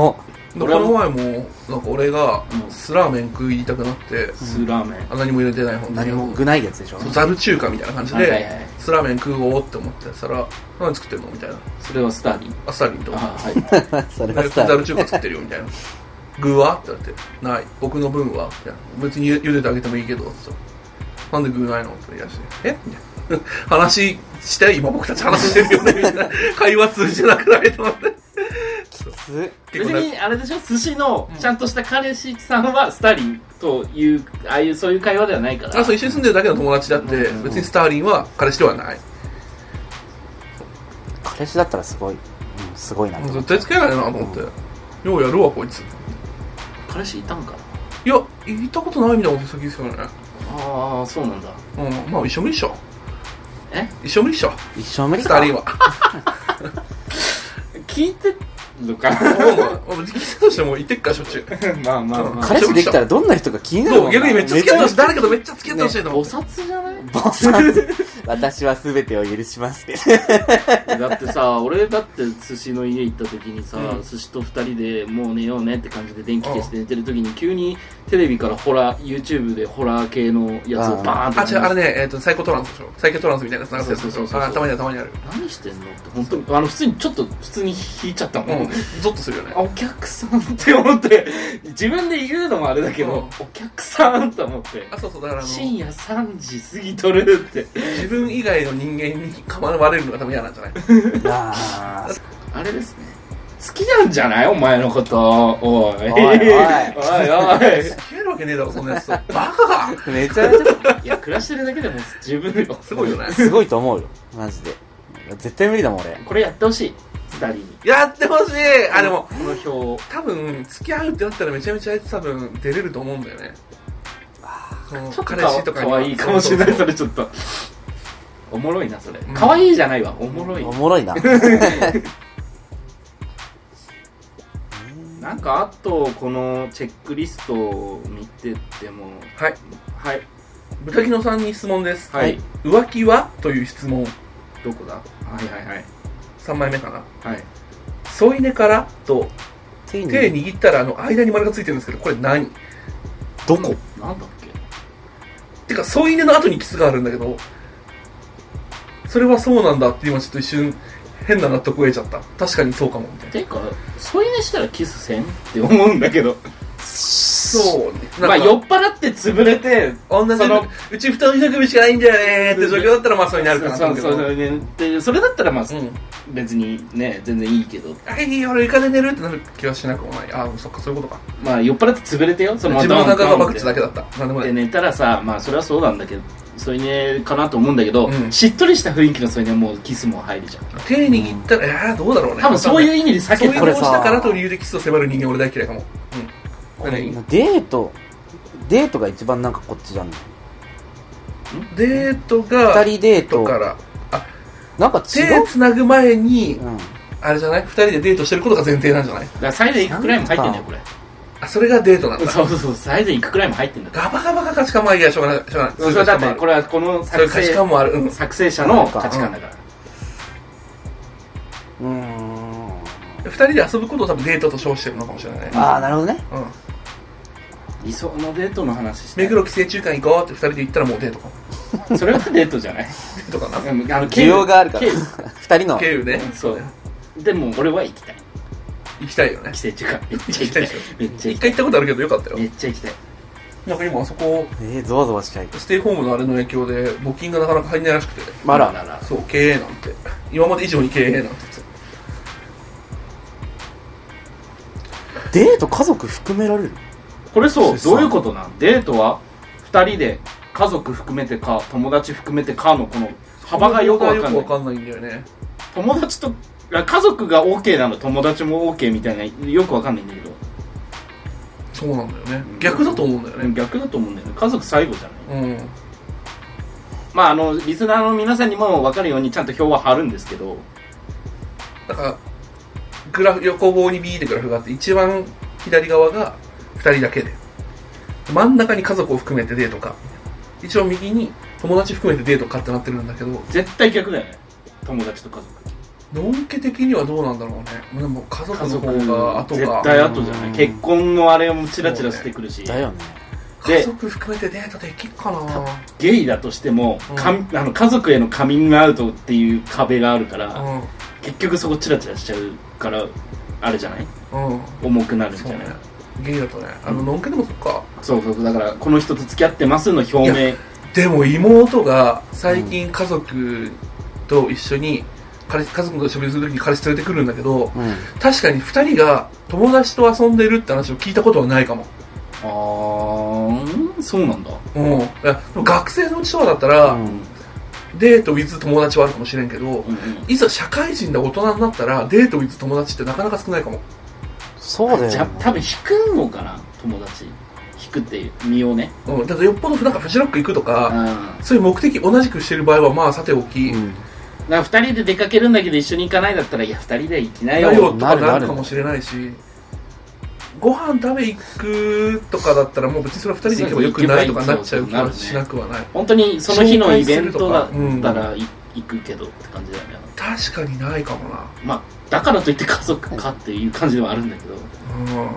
こ
俺は
の前もなんか俺が
うん
酢ラーメン食いたくなって、
スーラーメン
あ何も入れてない本当に
何も具ないやつでしょ
そうザル中華みたいな感じ
はいはいは
で
い
酢ラーメン食おうって思ってたら何作ってんのみたいな
それはスターリン
あっさりと
あ
か
はい
[laughs] それは
なんか
さ
ザル中華作ってるよみたいな [laughs] 具はって言われて「ない僕の分は?」みたいな別にゆ茹でてあげてもいいけど」って言ったらなんで具ないの?」って言い出して「えみたいな話して今僕たち話してるよね」みたい
[laughs]
な会話通じなくないと思って
す
別 [laughs]
結構な
にあれでしょ寿司のちゃんとした彼氏さんはスターリンというああいうそういう会話ではないから
あそう一緒に住んでるだけの友達だって
うん
別にスターリンは彼氏ではない
彼氏だったらすごい、うん、すごいなって
絶対付き合えないなと思って、ようやるわこいつ
彼氏いたんかない
や行ったことないみたいなこと先ですよね
ああそうなんだ
うんまあ一緒無理っしょ
え
一緒無理っしょ
一生無理
ス
か
ターリンは
聞いてるのか
もう聞いたとしてもいてっからしょっちゅう
[laughs] まあまあまあ
彼氏できたらどんな人が気になる
そ
も
うん
な
逆にめっちゃ付き合ってほしい
め
誰かとめっちゃ付き合ってほしいと思
菩
う
薩じゃない
ゃめちゃ [laughs] 私は全てを許しますって。
だってさ俺だって寿司の家行った時にさ、
うん
寿司と2人でもう寝ようねって感じで電気消して寝てる時に急にテレビからホラー YouTube でホラー系のやつをバーン
あ、
と
違う、あれね、えっ、と、サイコトランスでしょサイケトランスみたいなやつ流すやつでし
そうそうそうそ
ょ
う
あ、たまにはたまにある。
何してんのって本当にあの普通にちょっと普通に引いちゃったもん、
うん、ゾッとするよね。
お客さんって思って自分で言うのもあれだけど、
うん
お客さんと思って
あ、そうそう、だからあの、
深夜3時過ぎとるって
自分以外の人間に構われるのが多分嫌なんじゃない
[laughs] あー
あれですね好きなんじゃないお前のことお [laughs] いおい
おい
おい
消えるわけねえだろ、そんなや
[laughs]
つと。バカだ
めちゃめちゃ
いや暮らしてるだけでも十分よ
すごいよね。
すごいと思うよ。マジで。絶対無理だもん、俺。
これやってほしい2人に
やってほしいあ、でも、
この表を
多分、付き合うってなったらめちゃめちゃあいつ多分出れると思うんだよね。その
ちょっと
彼氏とかに
かわいいかもしれないそれちょっとおもろいなそれかわいいじゃないわおもろい
おもろい [laughs] な。
なんかあとこのチェックリストを見てても
はい。
はい
ブタキノさんに質問です。
はい、
浮気はという質問。
どこだはいはいはい
3枚目かな。
はい
添い寝からと、
手に
手握ったらあの間に丸がついてるんですけど、これ何
どこ
なんだっけ
てか、添い寝の後にキスがあるんだけど、それはそうなんだって今ちょっと一瞬変な納得を得ちゃった。確かにそうかも、みたいな。
ていうか添い寝したらキスせんって思うんだけど
そうね。
まあ酔っ払って潰れて
女
その
のうち二人の組しかないんだよねーって状況だったらまあそうになるかなと
そ
思
う
うけ
そうそ
ど。
うねでそれだったらまあ
うん。
別にね全然いいけど
あ、いい、俺床で寝るってなる気はしなくもない。あ、そっか、そういうことか。
まあ酔っ払って潰れてよその
自分の中が
ドン
バ
ドン
ク
って
チだけだった。なんでもな
で
い。
寝たらさまあそれはそうなんだけど添い寝かなと思うんだけど、
うん
しっとりした雰囲気の添い寝はもうキスも入るじゃん
手握ったら、いやーどうだろうね。
多分そういう
う、
意味で避
そう
け
いうこ
た
これ
と
さ
したからという理由でキスを迫る人間俺大嫌いかも。うん。何
デート、デートが一番なんかこっちじゃん。
デートが、
二人デー
と
ト、
から、
なんか違
手
う。
つなぐ前に、
うん。
あれじゃない二人でデートしてることが前提なんじゃない
だからサイゼ行くくらいも入ってんだよこれ
あ、それがデートなんだ。
そうそうそうサイゼ行くくらいも入ってんだよ
ガバガバか価値観もありやしょうがない。しょうがない。
それだってこれはこ
そう
の
い
作
う価値
成
観もある。うん。
作成者の価値観だから、
うーん。
二人で遊ぶことを多分デートと称してるのかもしれない。
ああ、なるほどね。
うん。
理想のデートの話して
目黒寄生中間行こうって二人で行ったらもうデートかも。
それはデートじゃない
デートかな
うんあの
需要があるから
経由。
[laughs] 二人の。
経由ね。
そうでも俺は行きたい
行きたいよね
寄。生中間めっちゃ行きたい
行きたいでし
めっちゃ
一
行きた
回行
い
ったことあるけどよかったよ
め。っちゃ行きたい
なんか今あそこ、
えー、ゾワゾワしちゃい。
ステイホームのあれの影響で募金がなかなか入んないらしくて。
あら
あ。ら
そう、経営なんて。今まで以上に経営なんて言ってた。
デート家族含められる
これそう
出産
どういうことなんデートは2人で家族含めてか友達含めてかのこの幅がよくわかんない
よくわかんないんだよね。
友達とあ家族が OK なの友達も OK みたいなよくわかんないんだけど
そうなんだよね
う。ん
逆だと思うんだよ
でも
ね。
逆だと思うんだよね家族最後じゃない
うん。
まああのリスナーの皆さんにも分かるようにちゃんと表は貼るんですけど
なんか、グラフ、横棒にビーってグラフがあって、一番左側が二人だけで。真ん中に家族を含めてデートか。一番右に友達含めてデートかってなってるんだけど、
絶対逆だよね友達と家族
のんけ的にはどうなんだろうね。でも家族
家
の
族
方が後
絶
か。
対後じゃな
う
い
ん
結婚のあれもチラチラしてくるし、
だよね。
家族含めてデートできるかな
ゲイだとしても、
うん
かんあの家族へのカミングアウトっていう壁があるから、
う
結局そこチラチラしちゃうからあれじゃない
ん。うん。
重くなるんじ
そう
ゃ
ね
ない。
ゲイだとね。あの、のんけでもそっか。
そうそうそうだからこの人と付き合ってますの表明
いでも妹が最近家族と一緒に、彼家族と一緒にするときに彼氏連れてくるんだけど、
うん。
確かに二人が友達と遊んでるって話を聞いたことはないかも。
あーんそうなんだ
うん。いやでも学生のうちとかだったら、
うん
デート with 友達はあるかもしれんけど、
うんうん
いざ社会人で大人になったら、デート with 友達ってなかなか少ないかも。
そうだ
じゃあ
よね。
多分引くのかな友達引くっていう身をね
うん。だってよっぽどなんかフジロック行くと
うん
か、
だか
そういう目的同じくしてる場合は、まあさておき、
う
ら2人で出かけるんだけど一緒に行かないだったらいや2人で行きな
だ
よ
よとか
なるな
な
る
るかもしれないし、ご飯食べ行くとかだったらもう別にそれは2人で行けばよくないとかになっちゃう気はしなくはない
本当にその日のイベントだっ
紹介すると
た
から
い行くけどって感じだよね
確かにないかもな
まあだからといって家族かっていう感じではあるんだけど
う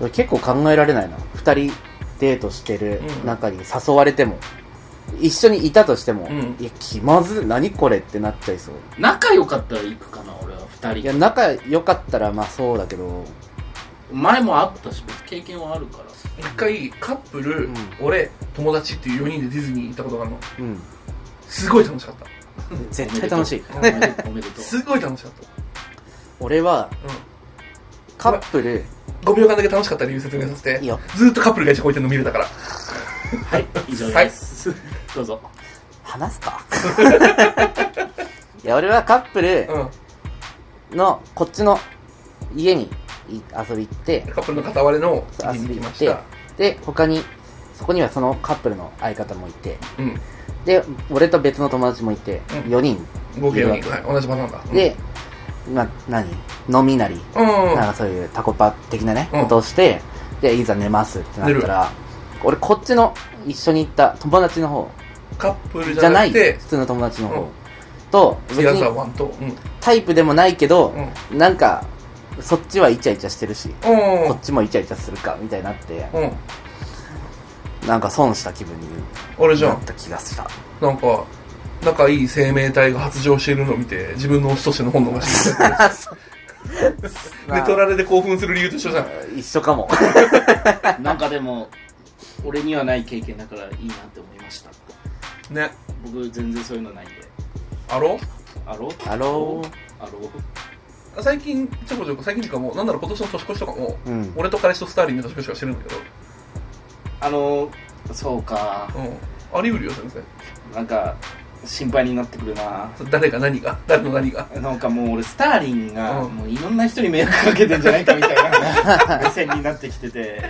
俺結構考えられないな2人デートしてる中に誘われても、一緒にいたとしても、
うん
いや気まず何これってなっちゃいそう
仲良かったら行くかな俺は2
い
人
や仲良かったらまあそうだけど
前もあったし経験はあるから
ん一回カップル、
うん
俺友達っていう4人でディズニー行ったことがあるの
うん
すごい楽しかった
絶対楽しい
おめでとうおめでとう
[laughs]
すごい楽しかっ
俺は
た、うん、
カップル
5秒間だけ楽しかった理由説明させて
いいよ
ずーっとカップルが一緒に置いてるの見れたから
はい以上です、どうぞ
話
[laughs]
すかいや俺はカップル
う
のこっちの家にい遊び行って
んカップルの片割れの
そう遊
見
び
に
行
来ま
っ
してた
で他にそこにはそのカップルの相方もいて
うん
で俺と別の友達もいて
うん
4人
合計
いる
は、
わ
はい、
け
同じパターンだうん
で、まあ、何飲みなり、
うん
なんかそういうタコパ的なね、
うん
ことをして、で、いざ寝ますってなったら、俺こっちの一緒に行った友達の方、
カップ
じ
ルじゃ
ゃな、
ないくて
普通の友達の
うん
方と、別
ティアーズは
に
ワンとうん
タイプでもないけど、
う
なんか、そっちはイチャイチャしてるし、
ん
こっちもイチャイチャするか、みたいになって、
うんうん
なんか損した気分に
俺じゃ
なんった気がした。
なんか仲いい生命体が発情しているのを見て自分のオスとしての本能が
[laughs]
知って
あそう
寝取られて興奮する理由と一緒じゃん
一緒
[laughs]
かも。
なんかでも俺にはない経験だからいいなって思いました
ね
僕全然そういうのないんで
あろ
あろう
あろう
あろう
最近ちょこちょこ最近っていうかもうなんだろう今年の年越しとかも、
うん
俺と彼氏とスターリンの年越しはしてるんだけど
あのそうか
うんあり得るよ先生
なんか心配になってくるな
それ誰が何が誰の何が
なんかもう俺スターリンが
うん
もういろんな人に迷惑かけてんじゃないかみたいな目線になってきてて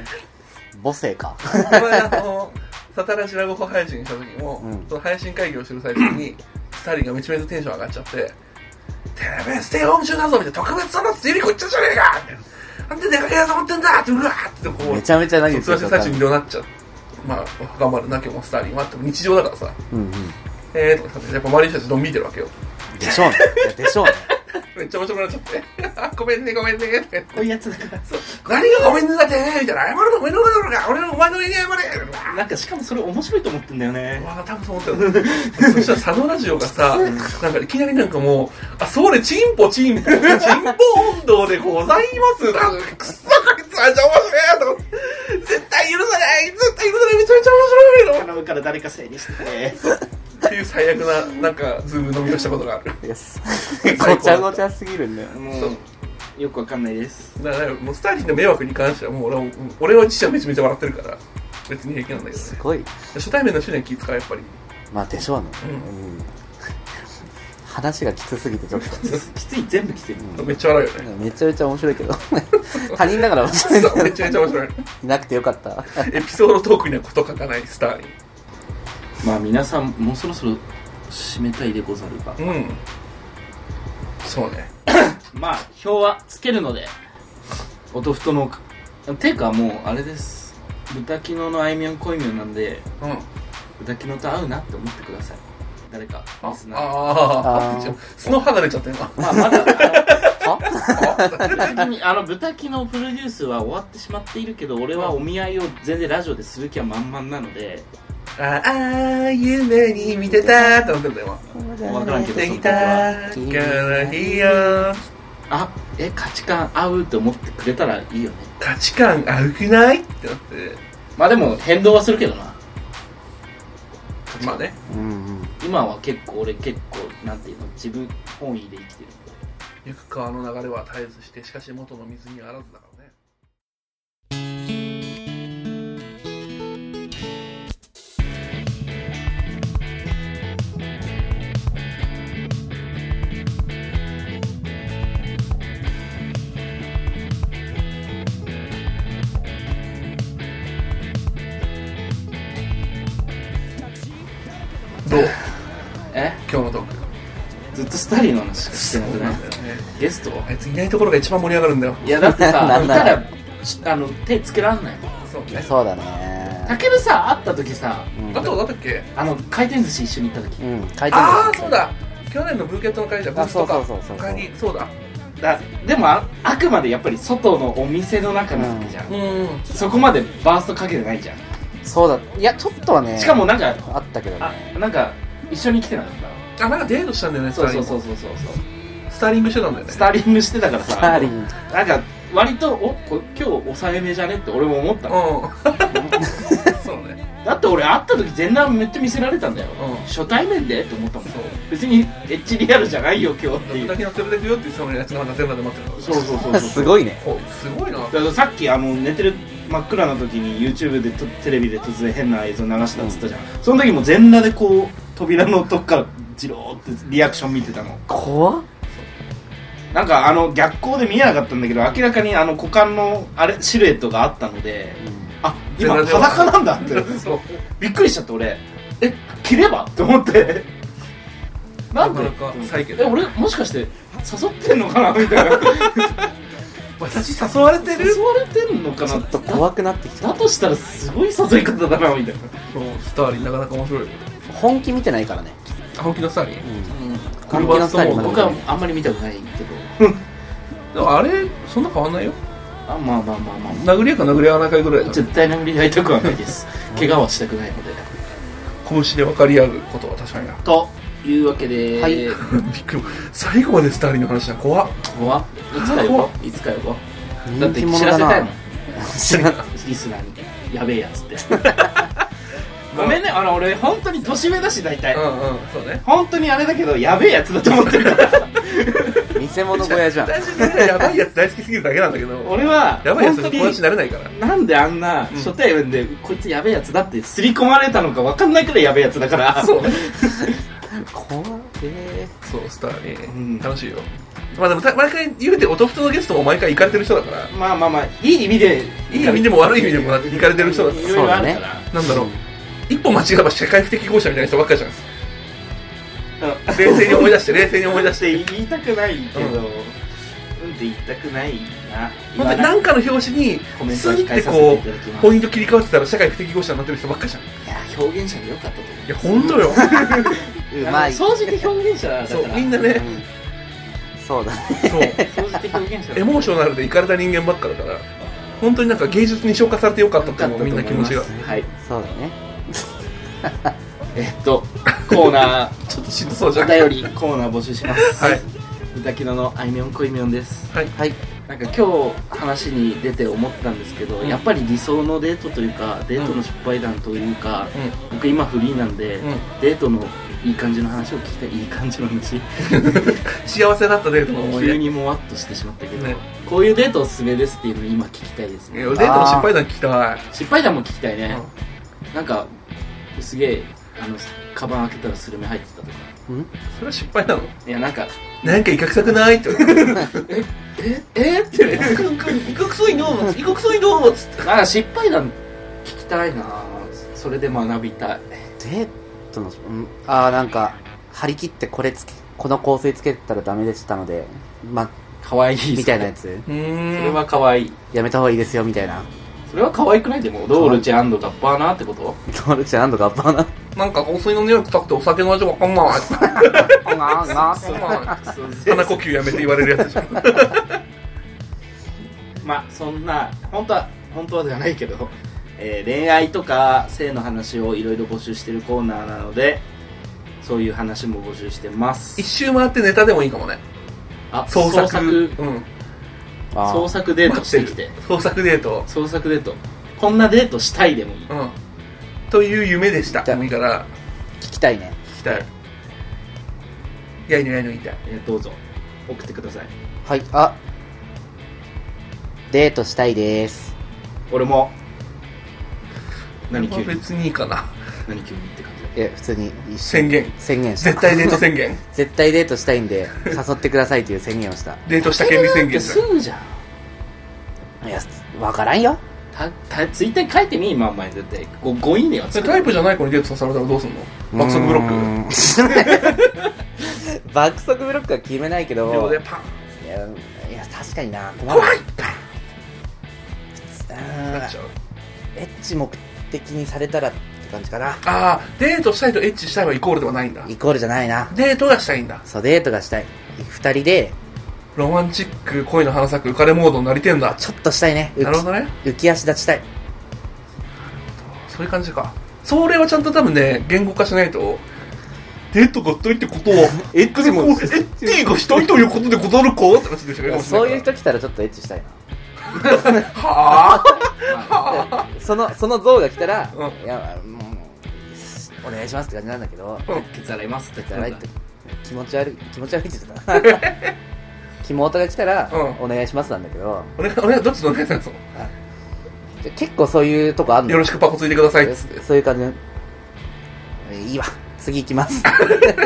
母性か。
この間あのサタラジラゴホ配信した時も、
うん
その配信会議をしてる最中にスターリンがめちゃめちゃテンション上がっちゃって「てめえステイホーム中だぞ」みたいな「特別そのってユリコ言ったじゃねえか!」みたいな「なんで出かけようと思ってんだ!」ってうわーってこう
[laughs] めちゃめちゃ何言って
そう
る
通
か
話
分かんない
して最中にいろなっちゃうまあ頑張るな今日もスターリンはって日常だからさ
うんうん。
「えー」とかさやっぱ周りの人たちどん見てるわけよ
でしょうね。いやでしょうね。
めっちゃ面白くなっちゃって「ご [laughs] めんねごめんね」って
[laughs] こういうやつだから
何がごめんねだってねみたいな謝るのお前のことだろうが俺のお前の上に謝れうわー
なんかしかもそれ面白いと思ってんだよね
わあ多分そう思ってたそしたら佐野ラジオがさなんかいきなりなんかもう「あそれチンポチンポチンポ運動でございます」なんかくっそこいつはじゃ面白いと思って絶対許さない絶対許さないめちゃめちゃ面白いの
頼むから誰かせいにして
っていう最悪ななんかズーム飲みをしたことがある
いやすごちゃごちゃすぎるんだよ。
もうよくわかんないです
だからもうスターリンの迷惑に関してはもう俺は俺は父はめちゃめちゃ笑ってるから別に平気なんだけど
す
ね
ごい。
初対面の人には気使うやっぱり
まあ、でしょうね。
うん
うん。話がきつすぎてちょっと。
[laughs] きつい全部きつい
めっちゃ笑うよ
[laughs]
ね
めちゃめちゃ面白いけど。 [laughs] 他人だから面白いんだ
そう
け
め
ど
ちゃめちゃ面白い
いなくてよかった。
エピソードトークにはこと書かないスターリン
まあ皆さんもうそろそろ締めたいでござるが
うんそうね
まあ票はつけるのでおとふとのていうかもうあれです豚キノのあいみょんこいみょんなんで
うん
豚キノと合うなって思ってください誰か
あ
リスナー
あ
あー
ー素の歯が出ちゃった今
まあまだ
は
あの豚キノあの豚キノプロデュースは終わってしまっているけど俺はお見合いを全然ラジオでする気は満々なので
ああ夢に見てたってなってるんだよ
分からん
今
け
で
どその
き
子
た
は
からいいよ
あえ価値観合うって思ってくれたらいいよね
価値観合うくないってなって
まあでも変動はするけどな
まあね
うんうん。
今は結構俺結構なんていうの自分本位で生きてるんで
行く川の流れは絶えずしてしかし元の水にあらずだからねどう
え
今日のトーク
ずっとスターリーの話しかしてなくない
ね
ゲスト
あいついないところが一番盛り上がるんだよ
[laughs] いやだってさ
な
見
んだ
たらしあの手つけらんないもん
そうね
そうだ
た
ね
けるさ会った時さ
うん
あとだったっけ
あの回転寿司一緒に行った時
うん回転
ああそうだ去年のブーケットの会だブ
あ
ースとか
そうそうそうそう
帰りそうだ
だでもああくまでやっぱり外のお店の中なわけじゃん、
うん
そこまでバーストかけてないじゃん
そうだいやちょっとはね
しかもなんか
あったけど
あ
ね
なんか一緒に来てなかっ
あなんかデートしたんだよね
たそうそうそううそうそう
スターリングしてたんだよね
スターリングしてたから
ス
さ
ターリン
なんか割とおこ今日抑えめじゃねって俺も思ったの
うん [laughs] そうね
だって俺会った時全裸めっちゃ見せられたんだよ、
うん
初対面でって思ったもん
そう
別にエッチリアルじゃないよ今日ってい
ド
う
だけの連れてくよって言ってたのにあいつなんか全裸で待ってた
そうそうそうそ
グ
う
すごいね
こいつすごいな
だからさっきあの寝てる真っ暗な時に YouTube でとテレビで突然変な映像流したっつったじゃん、その時も全裸でこう扉のとこからジローってリアクション見てたの
怖っ
なんかあの逆光で見えなかったんだけど明らかにあの股間のあれシルエットがあったのであ今
全裸で
裸なんだって
そう
びっくりしちゃって俺え着ればって思ってなんで
なかなかサイケ
え
だ
俺もしかして誘ってんのかなみたいな
[laughs] 私誘われて
誘われてんのか
ち
な
ょっと怖くなってき
だ
た
としたらすごい誘い方だなみたいな
そうスターリンなかなか面白いよ
本気見てないからね
あ本気のスターリン
うん本
本気
気
の
の
ス
ス
タ
タ
イ
イ
ル
ル
ま
ま
で
で
僕はあんまり見たくないけど
でもあれそんな変わんないよ
あまあまあまあまあ
殴り合うか殴り合わないかぐらいだ
絶対殴り合いたくはないです怪我はしたくないので
拳で分かり合うことは確かにな
というわけで、
はい
[laughs] びっくり最後までスターリンの話だ怖っ
怖っいつか呼ぼういつか呼ぼうだって
人気
知
者だ
らせたいも
なん [laughs] 知らない
リスナーにやべえや
[laughs]
つってごめんねあの俺本当に年上だし大体、
うんうんそうね
本当にあれだけどやべえやつだと思ってるから
[laughs]
偽物小屋じゃん
最初にねやばいやつ大好きすぎるだけなんだけど
俺は
やばいやつ
本
に
当
友達
に
になれないから
なんであんな初対面で、こいつやべえやつだって刷り込まれたのか分かんないくらいやべえやつだから
そう
怖え
そうスターリン
うん
楽しいよまあでもた毎回言うて音フトのゲストも毎回行かれてる人だから
[laughs] まあまあまあいい意味で
いい意味でも悪い意味でも行かれてる人だ
いろいろあるから
なんだろう一歩間違えば社会不適合者みたいな人ばっかりじゃん
[laughs] うん
冷静に思い出して冷静に思い出
出
し
してて言いたくないけど、うん、って言いたくないな
本当に
な
何かの表紙に
コメン
ス
トは
ー
控
って
えさせ
こ
ていただき
う
ます
ポイント切り替わってたら社会不適合者になってる人ばっかじゃんい
いや表現者でよかったと思う
や本当よ
うまい
掃除的表現者だ
[laughs]
か
そう
ら
みんな
う
ね
んそうだね
そう
掃除的表現者
エ
っ
モーショナルでいかれた人間ばっかだから本当になんか芸術に昇華されてよかったと思うみんな気持ちが
はい
そうだね
えっとコーナー
ちょっとしんどそうじゃんはい
お便りコーナー募集します
はい
歌キノのあいみょんこいみょんです
はい
なんか今日話に出て思ったんですけど、
うん
やっぱり理想のデートというかデートの失敗談というか、僕今フリーなんで、
うん
デートのいい感じの話を聞きたいいい感じの話
幸せだったデートの思い出
急にもわっとしてしまったけど、
ね
こういうデートおすすめですっていうの今聞きたいです
い
ね
やデートの失敗談聞きたい
失敗談も聞きたいね
うん、
なんかすげえあのカバン開けたらスルメ入ってたとか
うん
それは失敗なの
いやなんか
なんか威嚇臭くないって
[laughs]
言われて
ええって
威嚇臭いの威嚇臭いのつって
なんか失敗談聞きたいなそれで学びたい
デートの、うん、ああなんか張り切ってこれつけこの香水つけてたらダメでしたのでま
可愛い
みたいな
や
やつ
うーん
つそれは可愛い
やめた方がいいですよみたいな
それは可愛くないでもドールチェガッパーナってこと
ドルチェガッパー
[laughs]
ナ
なんか香水の匂い臭くてお酒の味わかんない鼻呼吸やめて言われるやつでしょ
[laughs] まあそんな本当は本当はじゃないけど、えー恋愛とか性の話をいろいろ募集してるコーナーなのでそういう話も募集してます
一周回ってネタでもいいかもね
あ
創作
創作
うん、
あ
創
ー
作デートしてきて
創作デート
創作デートこんなデートしたいでもいい
うんという夢でした
じゃあ
もういいから
聞きたいね
聞きたいやいのやいの言いたい
えーどうぞ送ってください
はいあデートしたいです
俺も何急に
まあ別にいいかな
何急にって感じだ
え普通に一緒
宣言
宣言した
絶対デート宣言
[laughs] 絶対デートしたいんで誘ってくださいという宣言をした
デートした権利宣
って
言す
す
る
ぐじゃん
いやわからんよ
たたツイッターに書いてみ今前絶対ごごいいねよ
それタイプじゃない子にデートされたらどうすんの爆速ブロック
ック [laughs] 爆速ブロックは決めないけど
両手パン
いやいや確かにな困る
怖いパン
普
なっちゃう
エッチ目的にされたらって感じかな
ああデートしたいとエッチしたいはイコールではないんだ
イコールじゃないな
デートがしたいんだ
そうデートがしたい二人で
ロマンチック恋の花咲く浮かれモードになりてんだ
ちょっとしたいね浮き
なるほどね
浮き足立ちたい
そういう感じかそれはちゃんと多分ね言語化しないとデートがしたいって
[laughs]
ことを
エッチも
エッティがしたいということでござるかって話でしょ
そういう人来たらちょっとエッチしたい
はあ
な [laughs] そのその像が来たら、
う
いやもうお願いしますって感じなんだけど
ケツ洗いますって
じゃないって気持ち悪い気持ち悪いって言
[laughs]
ってたキモオタが来たら、
う
お願いしますなんだけど
俺俺はどっちのお願いなんですか
じゃ結構そういうとこあんの
よろしくパコついてくださいっつって
そういう感じのえーいいわ次行きます
[laughs]
ごめんなさい、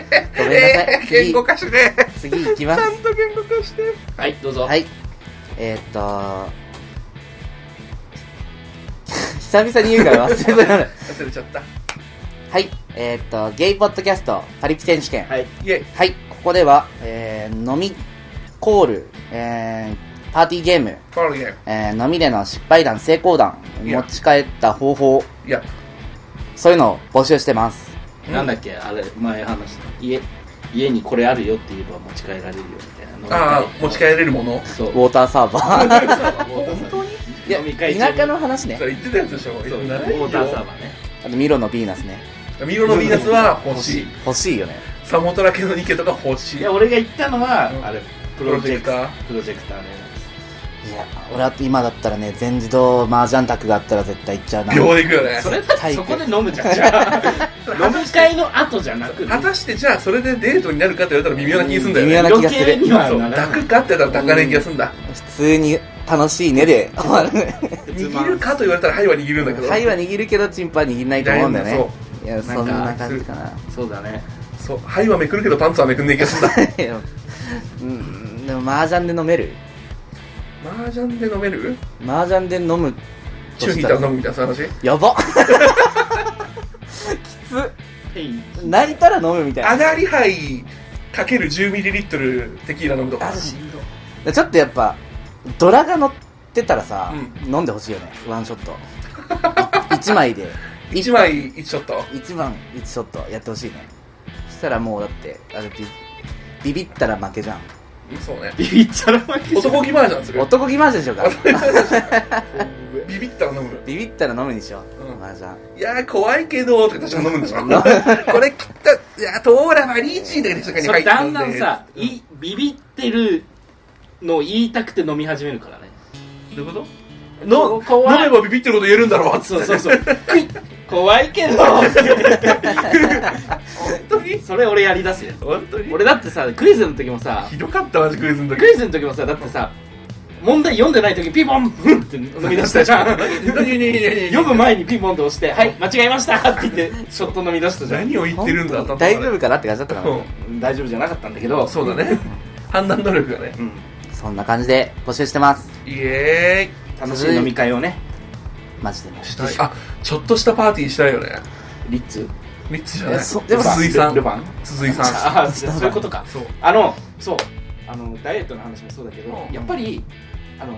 えー言語化してち
次次行きま
ゃ
す
んと言語化して
はいどうぞ
はいえー、っと久々に言うから忘れそうになる
忘れちゃった
はいえー、っとゲイポッドキャストパリピ選手権
はい
イエイ
はい、ここでは、えー飲みコール、えーパーティーゲーム、
パールゲーム
えー飲みでの失敗談、成功談、
いや
持ち帰った方法、
いや
そういうのを募集してます。
なんだっけあれ前話した家家にこれあるよって言えば持ち帰られるよみたいな
ああ持ち帰れるもの
そう
ウォーターサーバー。
本当に
いや、田舎の話ね
そ。れ言ってたやつでしょ
そう
言
ウ
ってないよ
ォーターサーバーね
あと、ミロのヴィーナスね。
ミロのヴィーナスは欲しい
欲しいよね。
サモトラケのニケとか欲しい
いや俺が言ったのは、
うん
あれ
プ
プ
ロ
ロ
ジ
ジ
ェ
ェ
ク
ク
タ
タ
ー
ープロジェクターね
いや、俺は今だったらね、全自動麻雀卓があったら絶対行っちゃうな。
秒でいくよね
それだって
体
そ
育
こで飲むじ [laughs] ゃんじゃあ飲み会の後じゃなく
果たしてじゃあそれでデートになるかって言われたら微妙な気がするんだよね
微妙な気
余
がす
計
る。
には
そう
なら
抱
ない
くかって言ったら抱かない気がするんだ
普通に楽しいねで終わる。
握るかと言われたらはいは握る
[laughs]
んだけど
肺は握るけど、チンパは握らないと思うんだよね。いや、
そう
そん
な
なん
か
感じかな。
そうだね
そうはいはめくるけどパンツはめくんない気がするんだ
いやうん、でも麻雀で飲める
麻雀で飲める
麻雀で飲む
チューヒーター飲むみたいな話
やば
ペイン
泣いたら飲むみた
ア
いな
ガリハイかける1 0ルテキーラ飲むとか
あるしちょっとやっぱドラが乗ってたらさ、
う
飲んでほしいよねワンショット1
[laughs]
枚で
1枚1ショット
1番1ショットやってほしいねそしたらもうだってあれビビビったら負けじゃん
そうね
ビビっちゃら負け
男気麻雀する
男気麻雀でしょうか
ビビったら飲む
ビビったら飲むにしよう、
うん
麻雀
いやー怖いけどって確かに飲むんでしょこれ切ったいやー通らないリーチーだけで確かに
そ
入
れ
って
だ
る
んだんさいビビってるのを言いたくて飲み始めるからね
どういうこと
の
飲
怖
め
い
ばビビってること言えるんだろう
そうそうそうくい怖いけど
本当に
それ俺やりだすよ
本当に
俺だってさクイズの時もさ
ひどかったマジクイズの時
クイズの時もさだってさ問題読んでない時ピボンフンって飲み出したじゃん読む前にピボンって押して「はい間違えました」って言ってショット飲み出したじゃん
何を言ってるんだ
本当に大丈夫かなって感じだったかな、
うん大丈夫じゃなかったんだけど
そうだね判断能力がね
うん
そんな感じで募集してます
イエ
楽しい飲み会をね
マジでね
ーイしたいあちょっとしたパーティーしたいよね
リッツ
ミッツじゃない
えそ
鈴井さん
ルパン
鈴井さん
ああそういうことか
そう
あのそうあのダイエットの話もそうだけど
うん
やっぱりあの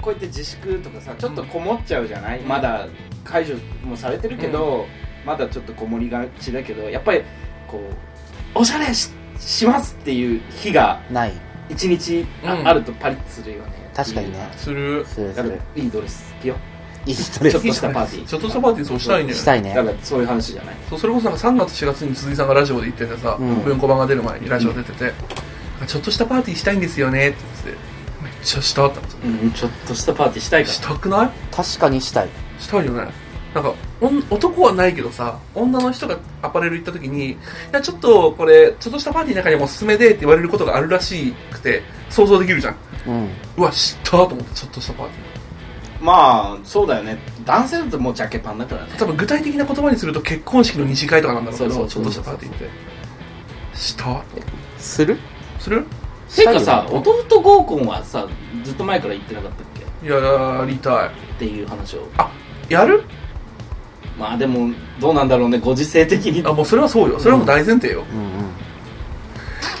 こうやって自粛とかさちょっとこもっちゃうじゃない、まだ解除もされてるけど、まだちょっとこもりがちだけどやっぱりこうおしゃれししますっていう日が
ない
一日あ,、
うん
るとパリッとするよね
確かにね
する
するす
だから
る
いいドレス着よ
いい人で
うち
す
ょっとしたパーティー
ちょっとしたパーティーそうしたいね
したい
だ
ね
からそういう話じゃない
そうそれこそなんか3月4月に鈴井さんがラジオで言っててさ、
うん
文庫版が出る前にラジオ出てて、なんかちょっとしたパーティーしたいんですよねって言ってめっちゃしたって思って
うんちょっとしたパーティーしたいか
したくない
確かにしたい
したいよねなんかおん男はないけどさ女の人がアパレル行った時に「いやちょっとこれちょっとしたパーティーの中にもおすすめで」って言われることがあるらしくて想像できるじゃん
うん
うわ知ったと思ってちょっとしたパーティ
らまあそうだよね男性だともうジャケパンだからね
ー多分具体的な言葉にすると結婚式の二次会とかなんだろうけど
そう
ち
そ
ょ
う
っと
そう
し
そ
た
う
パーティーってしたと思って
する
する
てかさ
したいよね
弟合コンはさずっと前から言ってなかったっけ
いややりたい
っていう話を
やる
まあでもどうなんだろうねご時世的に
あもうそれはそうよそれはもう大前提よ、
うんうん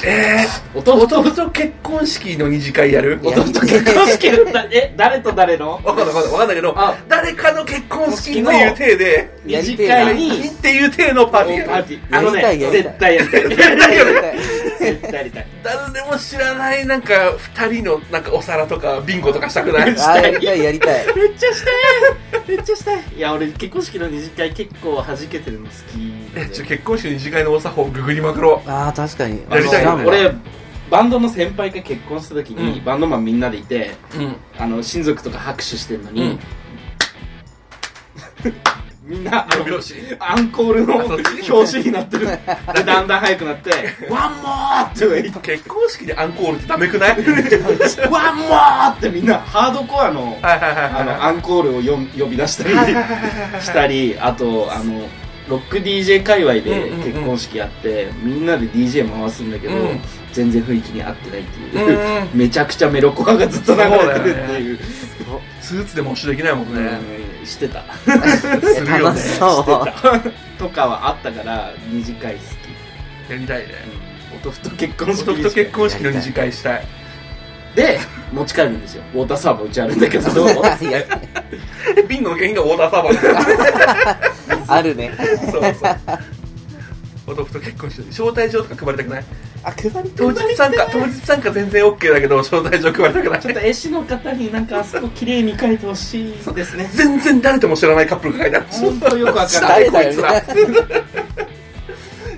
えー、
弟
弟と結婚式の二次会やる
いや
弟と結婚式のだ [laughs] え誰と誰の
わかんないわかんないわかんないけど
あ
誰かの結婚式のいう体で
や
二
り
次
てえな
会
いい
に
っていう体のパーティーやる
パーティーあのね
やりたいやりたい
絶対やりたい
絶対やり
たい
絶対や [laughs] りたい
誰でも知らないなんか二人のなんかお皿とかビンゴとかしたくない
あーやりたいやりたい
めっちゃしたいめっちゃしたいいや俺結婚式の二次会結構弾けてるの好き
えちょ結婚式の二次会のお作法ググりまくろ
ああ確かに
やりたいよ
あの
俺バンドの先輩が結婚した時に、
うん
バンドマンみんなでいて
ううん
あの親族とか拍手してるの
う
に、
ん
[laughs] みんな
呼び拍子
アンコールの
あそっ
表
ち
紙になってるでだんだん速く
[laughs]
なって「ワンモー!」って言っ
結婚式でアンコールってダメくないはい
て「ワンモー!」ってみんなハードコアの
はいはいは
あ
い
のアンコールをよん呼び出したりしたりあとあのロック DJ 界隈で
うんうんうん
結婚式やって、みんなで DJ 回すんだけど、
うん
全然雰囲気に合ってないって
う
いう、
ん
[laughs] めちゃくちゃメロコアがずっと流れてるっていう
スーツでも押しできないもんね、
うんしてた
するよ
楽
ね
しそう
とかはあったから二次会好き、
やりたいね
うん、お豆腐と結婚式
男と結婚式の二次会したい
で持ち帰るんですよウォーターサーバーうちあるんだけど
いや
えビンゴの原因がウォーターサーバーだ
[laughs] あるね
そうそう男と結婚式招待状とか配りたくない
あ配り
当日参加当日参加全然 OK だけど招待状配りたくない
ちょっと絵師の方になんかあそこ綺麗に描いてほしいですね
全然誰とも知らないカップルが書いてある
本当よくわからない
誰だよね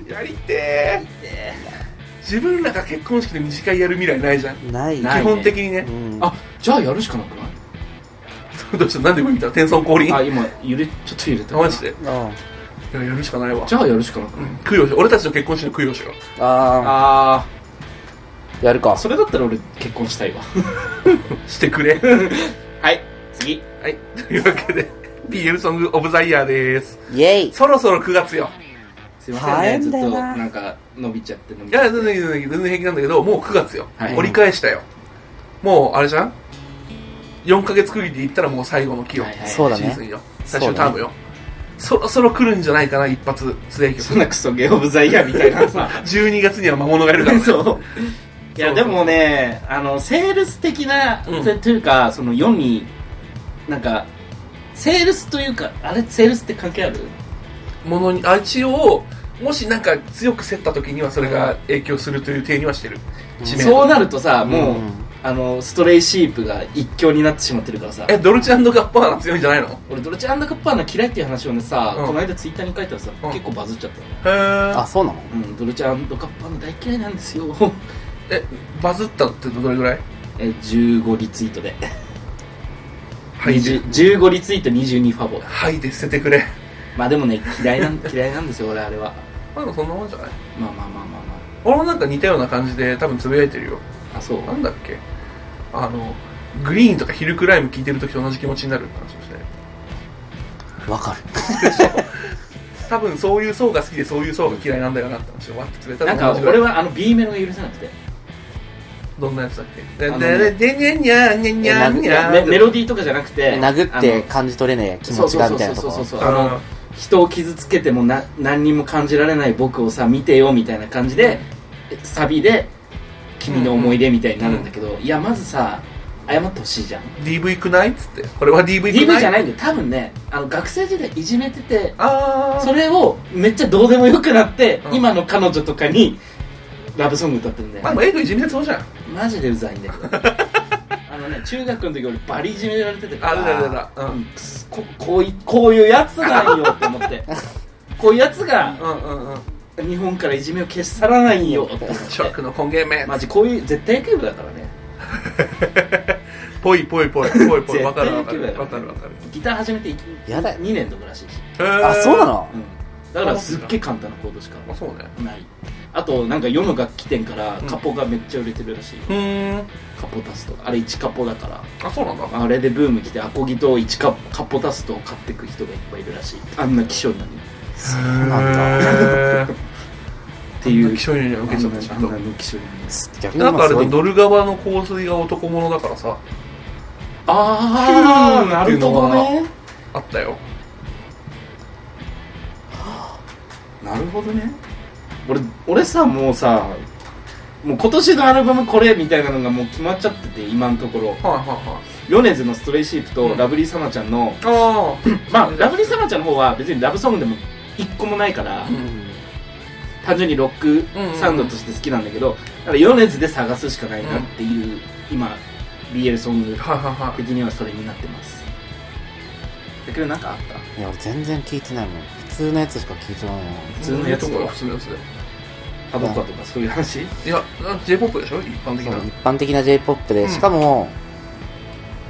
やりてー自分らが結婚式で二次会やる未来ないじゃん、
ない
ない
基本的にね
う、ん
あじゃあやるしかなくない
どうしたなんで今見たテンソン降臨
あ
あ
今揺れちょっと揺れた
マジで
うん
いややるしかないわ
じゃあやるしかなくない、
供養しよう俺たちの結婚式の供養しよ
あ
あ
ーやる
あ
か
それだったら俺結婚したいわ
うしてく
[laughs]
れ
はい次
はいというわけで BL ソングオブザイヤーです
イェイ
そろそろ9月よ
すいませ
早い
んねず
ん
っ
だよな
となんか伸びちゃって伸び
い
ちゃっ
や
て
全然全然全然平気なんだけどもう9月よ、
はい
折り返したよもうあれじゃん4ヶ月区切りで言ったらもう最後の期よ、
はいはい
そうだ
シ
ね
ーズンよ最終タームよそ,、ろそろ来るんじゃないかな一発強
[laughs]
い
そ
曲
んなクソゲーオブザイヤーみたい [laughs] なさ
12月には魔物がいるから、ね、
そういや
そうそう
でもねあのセールス的な、
うん
てというかその世になんかセールスというかあれセールスって関係ある
ものにあ一応もしなんか強く競った時にはそれが影響するという体にはしてる知名度
そうなるとさもう、
ん
あのストレイシープが一強になってしまってるからさ
えドルチェガッパーナ強いんじゃないのへ
俺ドルチェカッパーナ嫌いっていう話をねさ、
うん
この間ツイッターに書いたらさ、
うん
結構バズっちゃったよね
あ
ー
そうなの
うんドルチェカッパーナ大嫌いなんですよ
えバズったってどれぐらい
え15リツイートで
はいで
20 15リツイート22ファボ
はいで捨ててくれ
まあでもね嫌いなん [laughs] 嫌いなんですよ俺あれは
まあでもそんなもんじゃない
まあまあまあまあま
俺もなんか似たような感じで多分つぶやいてるよ
ああそう
なんだっけあのグリーンとかヒルクライム聞いてる時と同じ気持ちになるって話をして
わかる
多分そういう層が好きでそういう層が嫌いなんだよなって話をわってつれた
なん
のと
か
同じぐら
俺
い
はあの B メロが許せなくて
どんなやつだっけで
あの
でででにゃーにゃにゃーにゃーにゃ
メ
ー
メロディーとかじゃなくて
[laughs] 殴って感じ取れねえ気
あの
持ちがみたいなとこ
そうそうそうそうそうそう
あ
あ
の
の人を傷つけてもな何にも感じられない僕をさ見てよみたいな感じでサビで「君の思い出」みたいになるんだけど、いやまずさ謝ってほしいじゃん
DV くないっつってこれは DV くない
DV じゃないいんだよ多分ねあの学生時代いじめてて
あ
そ
ー
れをめっちゃどうでもよくなって、
うん
今の彼女とかにラブソング歌ってるんだよ、
まあでも英語いじめてそうじゃん
マジでうざいんだけ
[laughs]
どあのね中学の時俺バリいじめられてて
あるだるだだうん
うんくすここういこういうやつなんよって思って
[laughs]
こういうやつが
うんうんうん
日本からいじめを消し去らないよって思っ
ショック [laughs]
て
の根源め
マジこういう絶対野球部だからね
ぽいぽいぽいぽいぽい
[laughs] 絶
わか
対
るわ
野
か
球
る
部だ
わ
か
から
ね
るわかる
ギター始めて
やだよ
2年とからしいし、
あそうなの
うんだからすっげえ簡単なコードしか
あそうね
ないあとなんか世の楽器店から
うん
カポがめっちゃ売れてるらしい、
うーん
カポ足すとあれ1カポだから
あそうなんだ
あれでブーム来てアコギと1カッカッポタストを買ってく人がいっぱいいるらしいあんな希少なのにっ
そうなんだ
だ
ていう
気象には受けちゃったちょ
あ
っ
んな
と
あんな希少なのに
逆に
なん
今
かあ
す
れ
ご
で
い
ドル側の香水が男物だからさ
ああなるほどね
あったよ
なるほどね俺俺さもうさもう今年のアルバムこれみたいなのがもう決まっちゃってて今のところ
はいは
米津のストレイシープ
う
と
ん
ラブリーサマちゃんの、 [laughs]
いはいあ
まあラブリーサマちゃんの方は別にラブソングでも一個もないか
う
ら、
ん
単純にロックサウンドとして好きなんだけど、だから米津で探すしかないなっていう、今 BL ソング
あはいはいは
的にはそれになってますだけどなんかあっ
いや俺全然聞いてないもん普通のやつしか聞いてないもん
い
普通のやつ
とか普通のやつで
たタバコとかそういう話、
いや J−POP でしょ一般的
そ
な
う一般的な J-POP で、
うん
しかも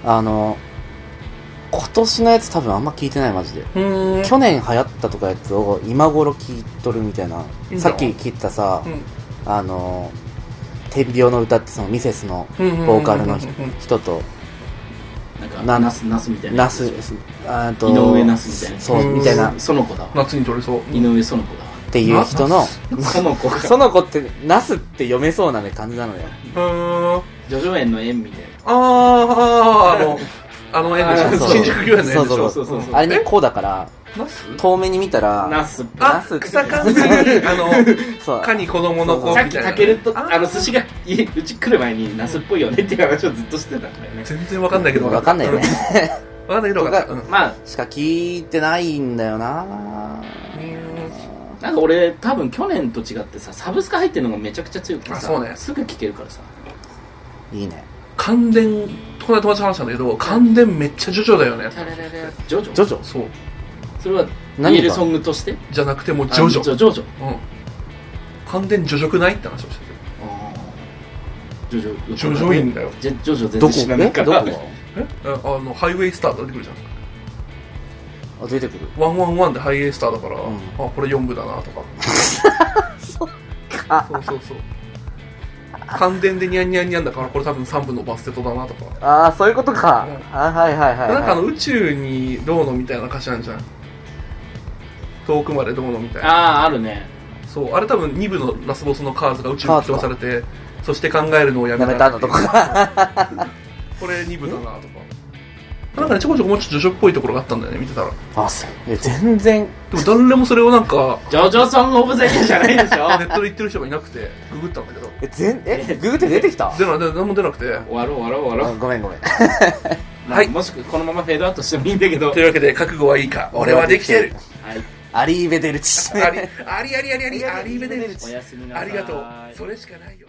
あの今年のやつ多分あんま聞いてないマジで
うん
去年流行ったとかやつを今頃聞いとるみたいない
いんじ
さ
ゃん
っき聞いたさ、
うん
あの天秤の歌ってそのミセスのボーカルの人人と
なんか
な
ナスナスみたいな
ナスあーと
井上ナスみたいな
そう
うん
みたいなっ
その子だわ
夏に取れそう
井上その子だわ
ていう人の
その子が
その子ってナスって読めそうなね感じなのよ
うん
ジョジョ園の園みたいな
あああのあの絵
あ
で
ー
し
そ
ょ
う
新宿御苑の絵でしょ
そうそうそうそう
あれねこうだから
うんナス
遠目に見たら
ナス
あ
ナス
草冠にあの
そう
蚊に子供の子み
さ
たい
っ
な
きタケルとあの寿
司
司が家うち来る前にナスっぽいよねっていう話をずっとしてたからね
全然わかんないけど
わかんないよね
分かんないけどわかった
と
う
か
ん
[laughs] まあ
しか聞いてないんだよな
なんか俺多分去年と違ってさサブスク入ってるのがめちゃくちゃ強くてさ
あそうね
すぐ聴けるからさ
いいね
感電この間友達と話したんだけど感電めっちゃジョジョだよね
ジョジョ
ジョジョ
そう
それは
何
ミ
が
ールソングとして
じゃなくてもうジョジ
あジ
ョ
ョジョジョ
うん感電ジョジョくないって話をしてて
ジョジョ
ジョジョいいんだよ
ジョジョ全
ど
然
こ
知らな
え
いか
どこ
ら
えああのハイウェイスター出てくるじゃん
があ出てくる
ワンワンワンでハイエースターだから、
うん
あこれ4部だなと
[laughs]
かそうそうそう完全でニャンニャンニャンだからこれ多分3部のバステトだなとか、
ああそういうことか
うん
あはいはいはいはい
なんかあの宇宙にどうのみたいな歌詞あるじゃん遠くまでどうのみたいな
あああるね
そうあれ多分2部のラスボスのカーズが宇宙に吹き飛ばされてそして考えるのをやめ
や
た
めたのとか
これ2部だなとかなんかねちょこちょこもうちょっと女子っぽいところがあったんだよね見てたら
[laughs] あそういや全然
でも誰もそれをなんか
ジョジョソングオブザイヤーじゃないでしょ
ネットで言ってる人がいなくてググったんだけど
え全えググって出てきた
出ない出ない何も出なくて
終わろう終わろう終わ
あ
ろう、
ごめんごめん
まあ
はい
もしくこのままフェードアウトしてもいいんだけど
というわけで覚悟はいいか俺はできてる
はい
アリーベデルチ
ありありありありありありべでる
おやすみなさ
あ
い
りがとうそれしかないよ